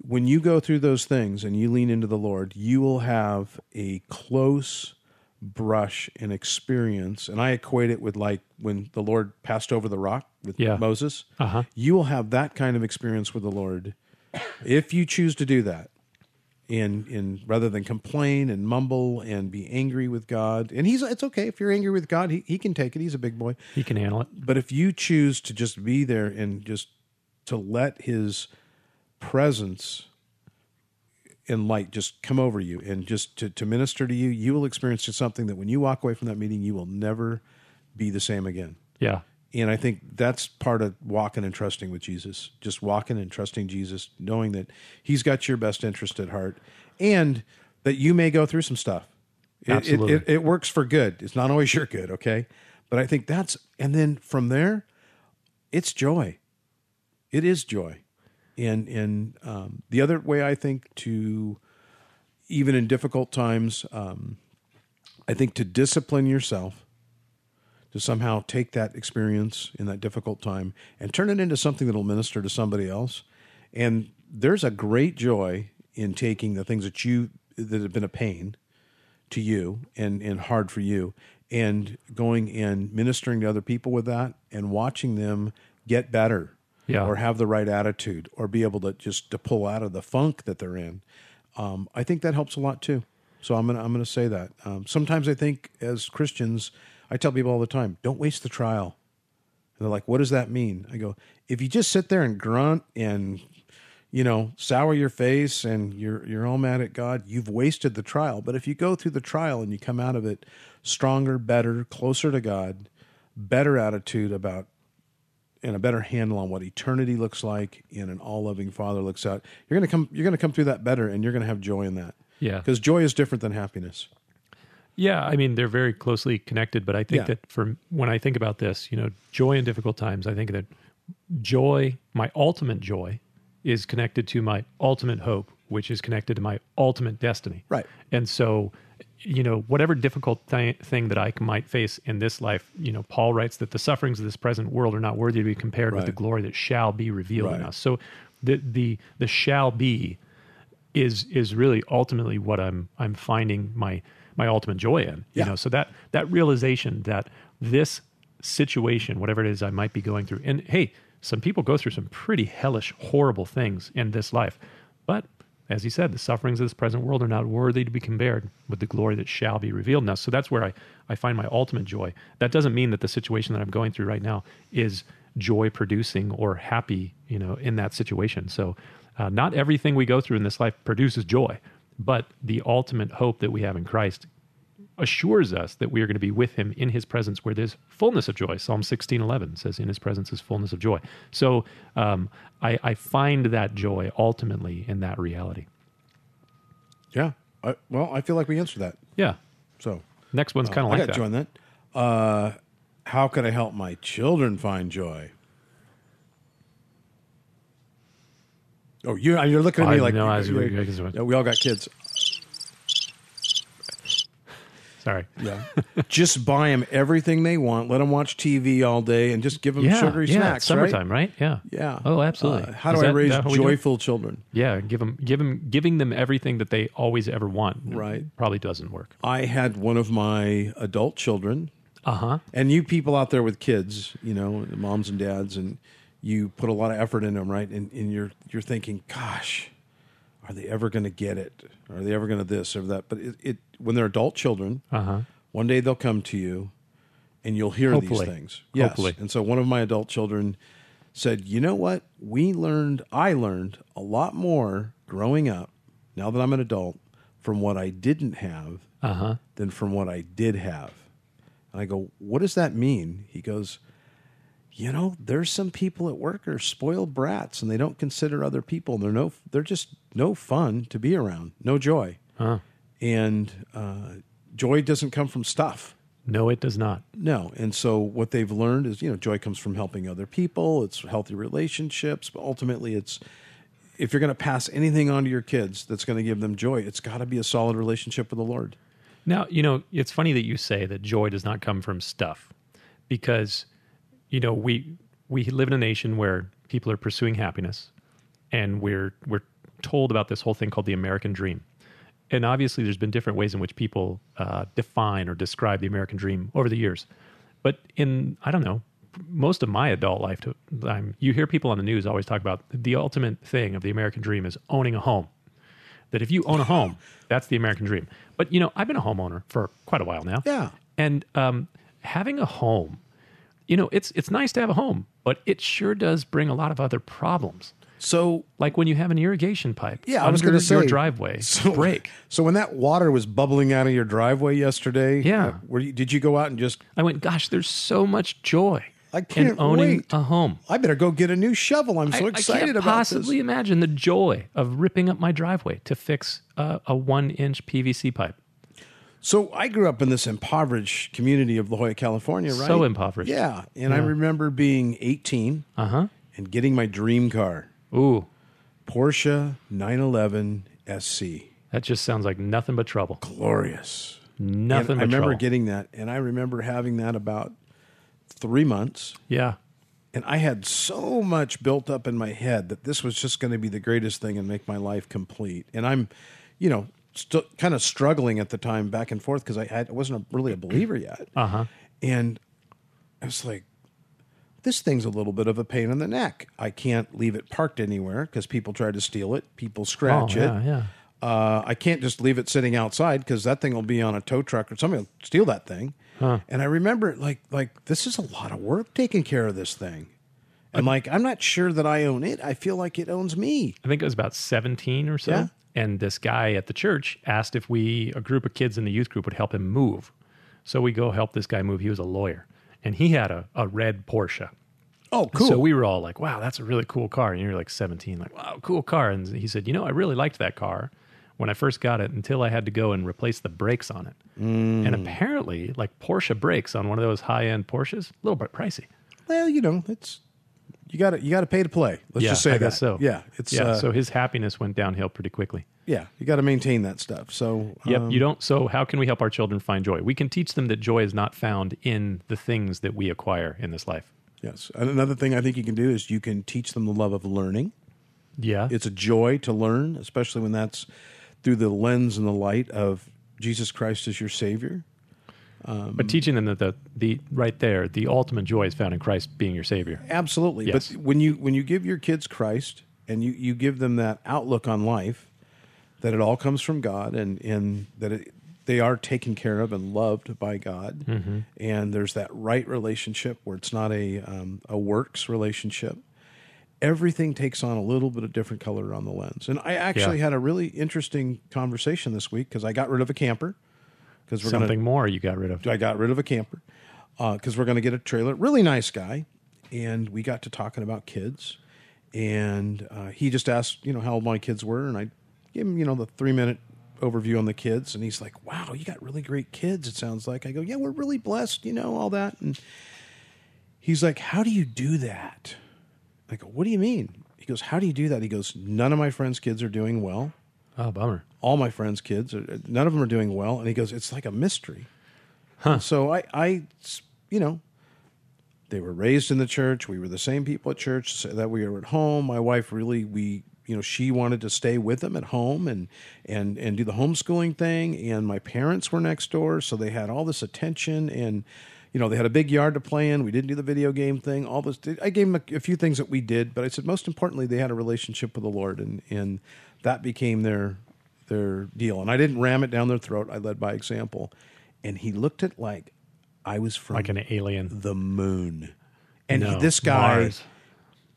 [SPEAKER 2] when you go through those things and you lean into the Lord, you will have a close brush and experience. And I equate it with like when the Lord passed over the rock with
[SPEAKER 1] Yeah.
[SPEAKER 2] Moses.
[SPEAKER 1] Uh-huh.
[SPEAKER 2] You will have that kind of experience with the Lord if you choose to do that. And in rather than complain and mumble and be angry with God, and he's it's okay if you're angry with God, he, he can take it. He's a big boy.
[SPEAKER 1] He can handle it.
[SPEAKER 2] But if you choose to just be there and just to let his presence and light just come over you and just to, to minister to you, you will experience just something that when you walk away from that meeting, you will never be the same again.
[SPEAKER 1] Yeah.
[SPEAKER 2] And I think that's part of walking and trusting with Jesus. Just walking and trusting Jesus, knowing that He's got your best interest at heart, and that you may go through some stuff. It, it-
[SPEAKER 1] Absolutely.
[SPEAKER 2] it, it works for good. It's not always your good, okay? But I think that's, and then from there, it's joy. It is joy, and and um, the other way I think to, even in difficult times, um, I think to discipline yourself to somehow take that experience in that difficult time and turn it into something that'll minister to somebody else. And there's a great joy in taking the things that you that have been a pain to you and and hard for you and going and ministering to other people with that and watching them get better
[SPEAKER 1] Yeah.
[SPEAKER 2] or have the right attitude or be able to just to pull out of the funk that they're in. Um, I think that helps a lot too. So I'm gonna I'm gonna say that. Um, sometimes I think as Christians, I tell people all the time, don't waste the trial. And they're like, what does that mean? I go, if you just sit there and grunt and you know, sour your face and you're you're all mad at God, you've wasted the trial. But if you go through the trial and you come out of it stronger, better, closer to God, better attitude about and a better handle on what eternity looks like and an all loving father looks out, you're gonna come you're gonna come through that better and you're gonna have joy in that.
[SPEAKER 1] Yeah.
[SPEAKER 2] Because joy is different than happiness.
[SPEAKER 1] Yeah, I mean they're very closely connected, but I think
[SPEAKER 2] Yeah.
[SPEAKER 1] that for when I think about this, you know, joy in difficult times, I think that joy, my ultimate joy, is connected to my ultimate hope, which is connected to my ultimate destiny.
[SPEAKER 2] Right.
[SPEAKER 1] And so, you know, whatever difficult thi- thing that I might face in this life, you know, Paul writes that the sufferings of this present world are not worthy to be compared with the
[SPEAKER 2] Right.
[SPEAKER 1] glory that shall be revealed in
[SPEAKER 2] Right.
[SPEAKER 1] us. So, the the the shall be is is really ultimately what I'm I'm finding my my ultimate joy in. You
[SPEAKER 2] Yeah.
[SPEAKER 1] know, so that that realization that this situation, whatever it is I might be going through, and hey, some people go through some pretty hellish, horrible things in this life. But as he said, the sufferings of this present world are not worthy to be compared with the glory that shall be revealed in us. So that's where I, I find my ultimate joy. That doesn't mean that the situation that I'm going through right now is joy producing or happy, you know, in that situation. So uh, not everything we go through in this life produces joy, but the ultimate hope that we have in Christ assures us that we are going to be with him in his presence where there's fullness of joy psalm 16 11 says in his presence is fullness of joy so um, I, I find that joy ultimately in that reality
[SPEAKER 2] Yeah. I, well, I feel like we answered that.
[SPEAKER 1] yeah
[SPEAKER 2] So
[SPEAKER 1] next one's kind of
[SPEAKER 2] Oh, I
[SPEAKER 1] like
[SPEAKER 2] got
[SPEAKER 1] that
[SPEAKER 2] you on that. Uh, how can I help my children find joy? Oh, you, you're looking at
[SPEAKER 1] I
[SPEAKER 2] me like
[SPEAKER 1] know, I was-
[SPEAKER 2] you're-
[SPEAKER 1] I was-
[SPEAKER 2] yeah, we all got kids.
[SPEAKER 1] sorry
[SPEAKER 2] Yeah. just buy them everything they want. Let them watch TV all day and just give them
[SPEAKER 1] yeah
[SPEAKER 2] sugary
[SPEAKER 1] yeah
[SPEAKER 2] snacks.
[SPEAKER 1] it's summertime
[SPEAKER 2] right?
[SPEAKER 1] right, yeah
[SPEAKER 2] Yeah.
[SPEAKER 1] oh absolutely
[SPEAKER 2] Uh, how do
[SPEAKER 1] Is
[SPEAKER 2] I
[SPEAKER 1] that-
[SPEAKER 2] raise
[SPEAKER 1] that how we do it?
[SPEAKER 2] joyful children?
[SPEAKER 1] yeah give them give them giving them everything that they always ever want
[SPEAKER 2] Right.
[SPEAKER 1] probably doesn't work
[SPEAKER 2] I had one of my adult children
[SPEAKER 1] uh-huh
[SPEAKER 2] and you people out there with kids, you know, the moms and dads, and you put a lot of effort in them, right? And, and you're you're thinking, gosh, are they ever going to get it? Are they ever going to this or that? But it, it when they're adult children,
[SPEAKER 1] Uh-huh.
[SPEAKER 2] one day they'll come to you, and you'll hear
[SPEAKER 1] Hopefully.
[SPEAKER 2] these things. Yes.
[SPEAKER 1] Hopefully.
[SPEAKER 2] And so one of my adult children said, you know what? We learned, I learned a lot more growing up. Now that I'm an adult, from what I didn't have
[SPEAKER 1] uh-huh
[SPEAKER 2] than from what I did have. And I go, What does that mean? He goes, You know, there's some people at work are spoiled brats and they don't consider other people. They're no they're just no fun to be around, no joy. And uh, joy doesn't come from stuff.
[SPEAKER 1] no it does not
[SPEAKER 2] No. And so what they've learned is, you know, joy comes from helping other people, it's healthy relationships, but ultimately it's if you're going to pass anything on to your kids that's going to give them joy, it's got to be a solid relationship with the Lord.
[SPEAKER 1] Now, you know, it's funny that you say that joy does not come from stuff because you know, we we live in a nation where people are pursuing happiness and we're we're told about this whole thing called the American dream. And obviously there's been different ways in which people uh, define or describe the American dream over the years. But in I don't know, most of my adult life to, I'm, you hear people on the news always talk about the ultimate thing of the American dream is owning a home that if you own a home, that's the American dream. But you know, I've been a homeowner for quite a while now.
[SPEAKER 2] Yeah.
[SPEAKER 1] And um, having a home, you know, it's it's nice to have a home, but it sure does bring a lot of other problems.
[SPEAKER 2] So
[SPEAKER 1] Like when you have an irrigation pipe
[SPEAKER 2] Yeah, I was
[SPEAKER 1] under
[SPEAKER 2] going to say
[SPEAKER 1] your driveway break.
[SPEAKER 2] So when that water was bubbling out of your driveway yesterday,
[SPEAKER 1] Yeah.
[SPEAKER 2] uh, were you, did you go out and just?
[SPEAKER 1] I went, gosh, there's so much joy
[SPEAKER 2] I can't
[SPEAKER 1] in owning
[SPEAKER 2] wait.
[SPEAKER 1] a home.
[SPEAKER 2] I better go get a new shovel. I'm so
[SPEAKER 1] I-
[SPEAKER 2] excited
[SPEAKER 1] I can't
[SPEAKER 2] about
[SPEAKER 1] possibly
[SPEAKER 2] this.
[SPEAKER 1] imagine the joy of ripping up my driveway to fix uh, a one-inch PVC pipe.
[SPEAKER 2] So I grew up in this impoverished community of La Jolla, California, right?
[SPEAKER 1] So impoverished.
[SPEAKER 2] Yeah, and I remember being 18
[SPEAKER 1] Uh huh.
[SPEAKER 2] and getting my dream car,
[SPEAKER 1] Ooh,
[SPEAKER 2] Porsche 911 SC.
[SPEAKER 1] that just sounds like nothing but trouble.
[SPEAKER 2] Glorious. And
[SPEAKER 1] Nothing.
[SPEAKER 2] I
[SPEAKER 1] but
[SPEAKER 2] remember
[SPEAKER 1] trouble.
[SPEAKER 2] getting that, and I remember having that about three months.
[SPEAKER 1] Yeah.
[SPEAKER 2] And I had so much built up in my head that this was just going to be the greatest thing and make my life complete. And I'm, you know, still kind of struggling at the time back and forth because I, had, I wasn't a, really a believer yet.
[SPEAKER 1] Uh huh.
[SPEAKER 2] And I was like, this thing's a little bit of a pain in the neck. I can't leave it parked anywhere because people try to steal it, people
[SPEAKER 1] Oh
[SPEAKER 2] scratch
[SPEAKER 1] yeah,
[SPEAKER 2] it.
[SPEAKER 1] yeah.
[SPEAKER 2] Uh, I can't just leave it sitting outside because that thing will be on a tow truck or somebody will steal that thing. And I remember like like this is a lot of work taking care of this thing. And like I'm not sure that I own it. I feel like it owns me.
[SPEAKER 1] I think it was about seventeen or so.
[SPEAKER 2] Yeah.
[SPEAKER 1] And this guy at the church asked if we, a group of kids in the youth group, would help him move. So we go help this guy move. He was a lawyer, and he had a, a red Porsche.
[SPEAKER 2] Oh, cool.
[SPEAKER 1] So we were all like, "Wow, that's a really cool car." And you're like 17, like, "Wow, cool car." And he said, "You know, I really liked that car when I first got it until I had to go and replace the brakes on it."
[SPEAKER 2] Mm.
[SPEAKER 1] And apparently, like Porsche brakes on one of those high-end Porsches, a little bit pricey.
[SPEAKER 2] well, you know, it's you got to you got to pay to play. Let's just say
[SPEAKER 1] I
[SPEAKER 2] that.
[SPEAKER 1] guess so.
[SPEAKER 2] Yeah, it's
[SPEAKER 1] yeah.
[SPEAKER 2] uh,
[SPEAKER 1] so his happiness went downhill pretty quickly.
[SPEAKER 2] yeah. You got to maintain that stuff. So
[SPEAKER 1] Yep.
[SPEAKER 2] um,
[SPEAKER 1] you don't. So, how can we help our children find joy? We can teach them that joy is not found in the things that we acquire in this life.
[SPEAKER 2] yes. And another thing I think you can do is you can teach them the love of learning.
[SPEAKER 1] Yeah.
[SPEAKER 2] it's a joy to learn, especially when that's through the lens and the light of Jesus Christ as your Savior.
[SPEAKER 1] but teaching them that the, the right there, the ultimate joy is found in Christ being your savior.
[SPEAKER 2] Absolutely.
[SPEAKER 1] Yes.
[SPEAKER 2] But when you when you give your kids Christ and you, you give them that outlook on life that it all comes from God and, and that it, they are taken care of and loved by God
[SPEAKER 1] Mm-hmm.
[SPEAKER 2] and there's that right relationship where it's not a um, a works relationship. Everything takes on a little bit of different color on the lens. And I actually
[SPEAKER 1] Yeah.
[SPEAKER 2] had a really interesting conversation this week because I got rid of a camper because we're going
[SPEAKER 1] Something more you got rid of.
[SPEAKER 2] I got rid of a camper because we're going to get a trailer. Really nice guy, and we got to talking about kids, and uh, he just asked, you know, how old my kids were, and I gave him, you know, the three minute overview on the kids, and he's like, "Wow, you got really great kids." It sounds like I go, "Yeah, we're really blessed," you know, all that, and he's like, "How do you do that?" I go, "What do you mean?" He goes, "How do you do that?" He goes, "None of my friends' kids are doing well."
[SPEAKER 1] Oh, bummer.
[SPEAKER 2] all my friends' kids, are, none of them are doing well. And he goes, it's like a mystery. So I, I, you know, they were raised in the church. We were the same people at church so that we were at home. My wife really, we, you know, she wanted to stay with them at home and and and do the homeschooling thing. And my parents were next door, so they had all this attention and. You know, they had a big yard to play in. We didn't do the video game thing. All this, I gave them a, a few things that we did, but I said most importantly, they had a relationship with the Lord, and and that became their their deal. And I didn't ram it down their throat. I led by example, and he looked at like I was from
[SPEAKER 1] Like an alien.
[SPEAKER 2] the moon. And he-
[SPEAKER 1] No,
[SPEAKER 2] this guy
[SPEAKER 1] Mars.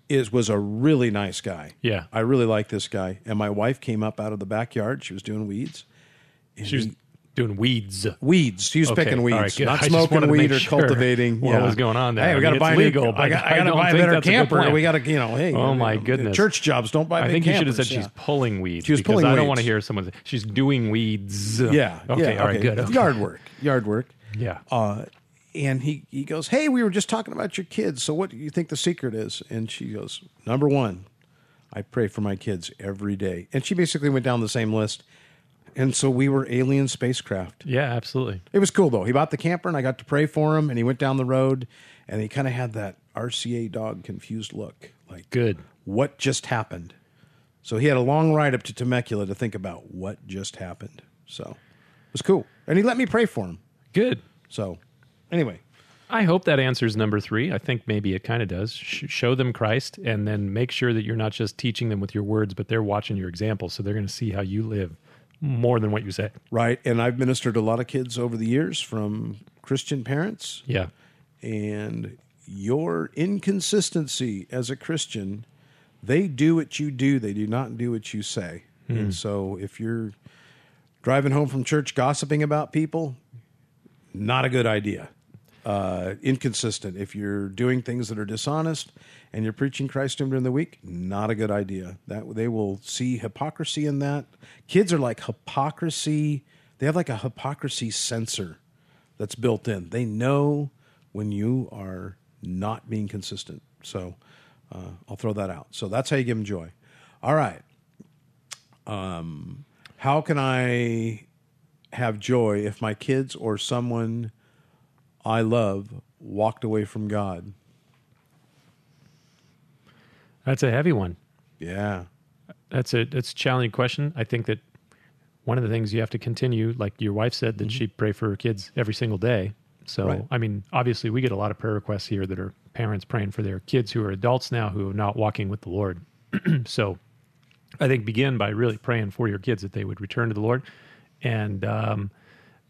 [SPEAKER 2] is was a really nice guy.
[SPEAKER 1] Yeah.
[SPEAKER 2] I really like this guy. And my wife came up out of the backyard. She was doing weeds. And
[SPEAKER 1] She was
[SPEAKER 2] he-
[SPEAKER 1] doing weeds.
[SPEAKER 2] weeds. She was
[SPEAKER 1] Okay,
[SPEAKER 2] picking
[SPEAKER 1] all
[SPEAKER 2] weeds,
[SPEAKER 1] right, good. I
[SPEAKER 2] not
[SPEAKER 1] just wanted
[SPEAKER 2] smoking
[SPEAKER 1] to
[SPEAKER 2] weed
[SPEAKER 1] make
[SPEAKER 2] or
[SPEAKER 1] sure
[SPEAKER 2] cultivating.
[SPEAKER 1] what
[SPEAKER 2] yeah.
[SPEAKER 1] was going on there.
[SPEAKER 2] Hey,
[SPEAKER 1] I
[SPEAKER 2] we
[SPEAKER 1] mean,
[SPEAKER 2] got to
[SPEAKER 1] it's
[SPEAKER 2] buy a
[SPEAKER 1] legal,
[SPEAKER 2] new,
[SPEAKER 1] but
[SPEAKER 2] I got,
[SPEAKER 1] I
[SPEAKER 2] I got to
[SPEAKER 1] don't
[SPEAKER 2] buy a
[SPEAKER 1] think
[SPEAKER 2] better
[SPEAKER 1] that's a good
[SPEAKER 2] camper.
[SPEAKER 1] plan.
[SPEAKER 2] we got to, you know, hey.
[SPEAKER 1] Oh,
[SPEAKER 2] you
[SPEAKER 1] my
[SPEAKER 2] know,
[SPEAKER 1] goodness.
[SPEAKER 2] Church jobs don't buy.
[SPEAKER 1] I
[SPEAKER 2] big
[SPEAKER 1] think you should have
[SPEAKER 2] campers,
[SPEAKER 1] said she's
[SPEAKER 2] yeah.
[SPEAKER 1] pulling weeds.
[SPEAKER 2] She was
[SPEAKER 1] because
[SPEAKER 2] pulling
[SPEAKER 1] I don't
[SPEAKER 2] weeds.
[SPEAKER 1] want to hear someone say, she's doing weeds.
[SPEAKER 2] Yeah.
[SPEAKER 1] Okay.
[SPEAKER 2] yeah,
[SPEAKER 1] all right. Good. Okay.
[SPEAKER 2] Yard work. Yard work.
[SPEAKER 1] Yeah.
[SPEAKER 2] Uh, and he, he goes, Hey, we were just talking about your kids. So, what do you think the secret is? And she goes, Number one, I pray for my kids every day. And she basically went down the same list. And so we were alien spacecraft.
[SPEAKER 1] yeah. Absolutely.
[SPEAKER 2] It was cool, though. He bought the camper and I got to pray for him. And he went down the road and he kind of had that RCA dog confused look like,
[SPEAKER 1] Good.
[SPEAKER 2] What just happened? So he had a long ride up to Temecula to think about what just happened. So it was cool. And he let me pray for him.
[SPEAKER 1] Good.
[SPEAKER 2] So, anyway,
[SPEAKER 1] I hope that answers number three. I think maybe it kind of does. Sh- show them Christ and then make sure that you're not just teaching them with your words, but they're watching your example. So they're going to see how you live more than what you say.
[SPEAKER 2] right? And I've ministered to a lot of kids over the years from Christian parents,
[SPEAKER 1] Yeah.
[SPEAKER 2] and your inconsistency as a Christian, they do what you do, they do not do what you say. And so, if you're driving home from church gossiping about people, not a good idea. Uh, inconsistent. If you're doing things that are dishonest and you're preaching Christ to them during the week, not a good idea. That they will see hypocrisy in that. Kids are like hypocrisy. They have like a hypocrisy sensor that's built in. They know when you are not being consistent. So uh, I'll throw that out. So that's how you give them joy. All right Um, how can I have joy if my kids or someone I love walked away from God?
[SPEAKER 1] That's a heavy one.
[SPEAKER 2] Yeah.
[SPEAKER 1] That's a that's a challenging question. I think that one of the things you have to continue, like your wife said, that she'd pray for her kids every single day. So
[SPEAKER 2] Right.
[SPEAKER 1] I mean, obviously we get a lot of prayer requests here that are parents praying for their kids who are adults now who are not walking with the Lord. so I think begin by really praying for your kids that they would return to the Lord and um,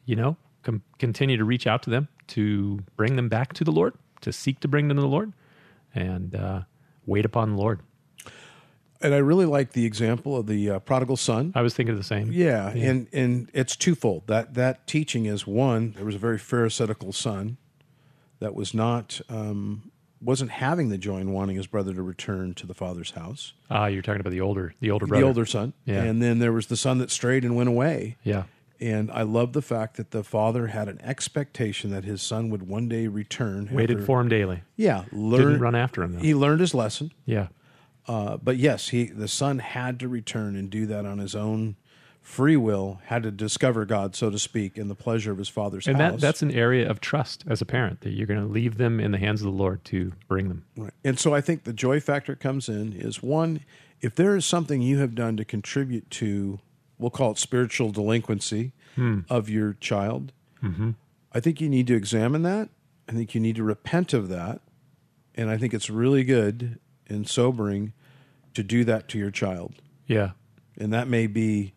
[SPEAKER 1] you know, com- continue to reach out to them to bring them back to the Lord, to seek to bring them to the Lord and uh, wait upon the Lord.
[SPEAKER 2] And I really like the example of the uh, prodigal son.
[SPEAKER 1] I was thinking of the same.
[SPEAKER 2] Yeah, and and it's twofold. That that teaching is one. There was a very pharisaical son that was not um, wasn't having the joy and wanting his brother to return to the father's house.
[SPEAKER 1] Ah, you're talking about the older, the older brother.
[SPEAKER 2] The older son,
[SPEAKER 1] Yeah.
[SPEAKER 2] and then there was the son that strayed and went away.
[SPEAKER 1] Yeah.
[SPEAKER 2] And I love the fact that the father had an expectation that his son would one day return.
[SPEAKER 1] Waited
[SPEAKER 2] after-
[SPEAKER 1] for him daily.
[SPEAKER 2] Yeah,
[SPEAKER 1] Didn't
[SPEAKER 2] learn.
[SPEAKER 1] run after him though.
[SPEAKER 2] He learned his lesson,
[SPEAKER 1] yeah.
[SPEAKER 2] uh, but yes, he the son had to return and do that on his own free will. Had to discover God, so to speak, in the pleasure of his father's
[SPEAKER 1] And that,
[SPEAKER 2] house.
[SPEAKER 1] that's an area of trust as a parent that you're going to leave them in the hands of the Lord to bring them.
[SPEAKER 2] Right. And so I think the joy factor comes in is one, if there is something you have done to contribute
[SPEAKER 1] Hmm. Mm-hmm.
[SPEAKER 2] to, we'll call it spiritual delinquency of your child, I think you need to examine that. I think you need to repent of that. And I think it's really good and sobering to do that to your child.
[SPEAKER 1] Yeah.
[SPEAKER 2] And that may be,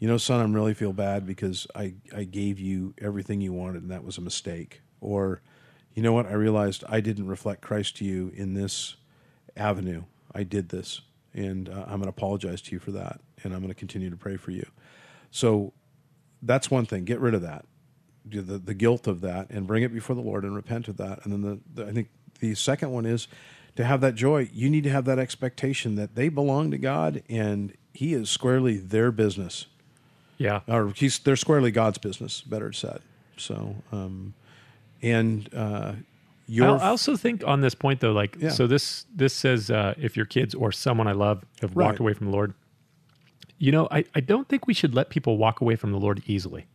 [SPEAKER 2] you know, son, I'm really feel bad because I, I gave you everything you wanted and that was a mistake. Or, you know what, I realized I didn't reflect Christ to you in this avenue. I did this. And uh, I'm going to apologize to you for that. And I'm going to continue to pray for you. So that's one thing. Get rid of that, Do the, the guilt of that, and bring it before the Lord and repent of that. And then the, the I think the second one is to have that joy. You need to have that expectation that they belong to God and He is squarely their business,
[SPEAKER 1] Yeah.
[SPEAKER 2] or He's they're squarely God's business. Better said. So, um, and uh, your
[SPEAKER 1] I I also think on this point though, like
[SPEAKER 2] Yeah.
[SPEAKER 1] so this this says uh, if your kids or someone I love have
[SPEAKER 2] Right.
[SPEAKER 1] walked away from the Lord, you know, I, I don't think we should let people walk away from the Lord easily.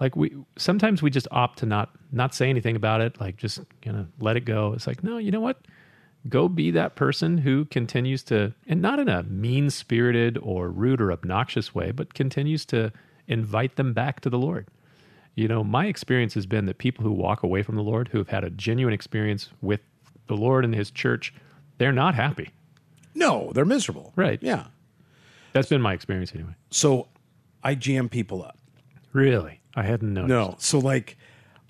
[SPEAKER 1] Like we sometimes we just opt to not not say anything about it, like just you know let it go. It's like no, you know what? Go be that person who continues to, and not in a mean spirited or rude or obnoxious way, but continues to invite them back to the Lord. You know, my experience has been that people who walk away from the Lord, who have had a genuine experience with the Lord and His church, they're not happy.
[SPEAKER 2] no, they're miserable.
[SPEAKER 1] Right.
[SPEAKER 2] Yeah.
[SPEAKER 1] That's been my experience anyway.
[SPEAKER 2] So I jam people up.
[SPEAKER 1] Really? I hadn't noticed.
[SPEAKER 2] No. So like,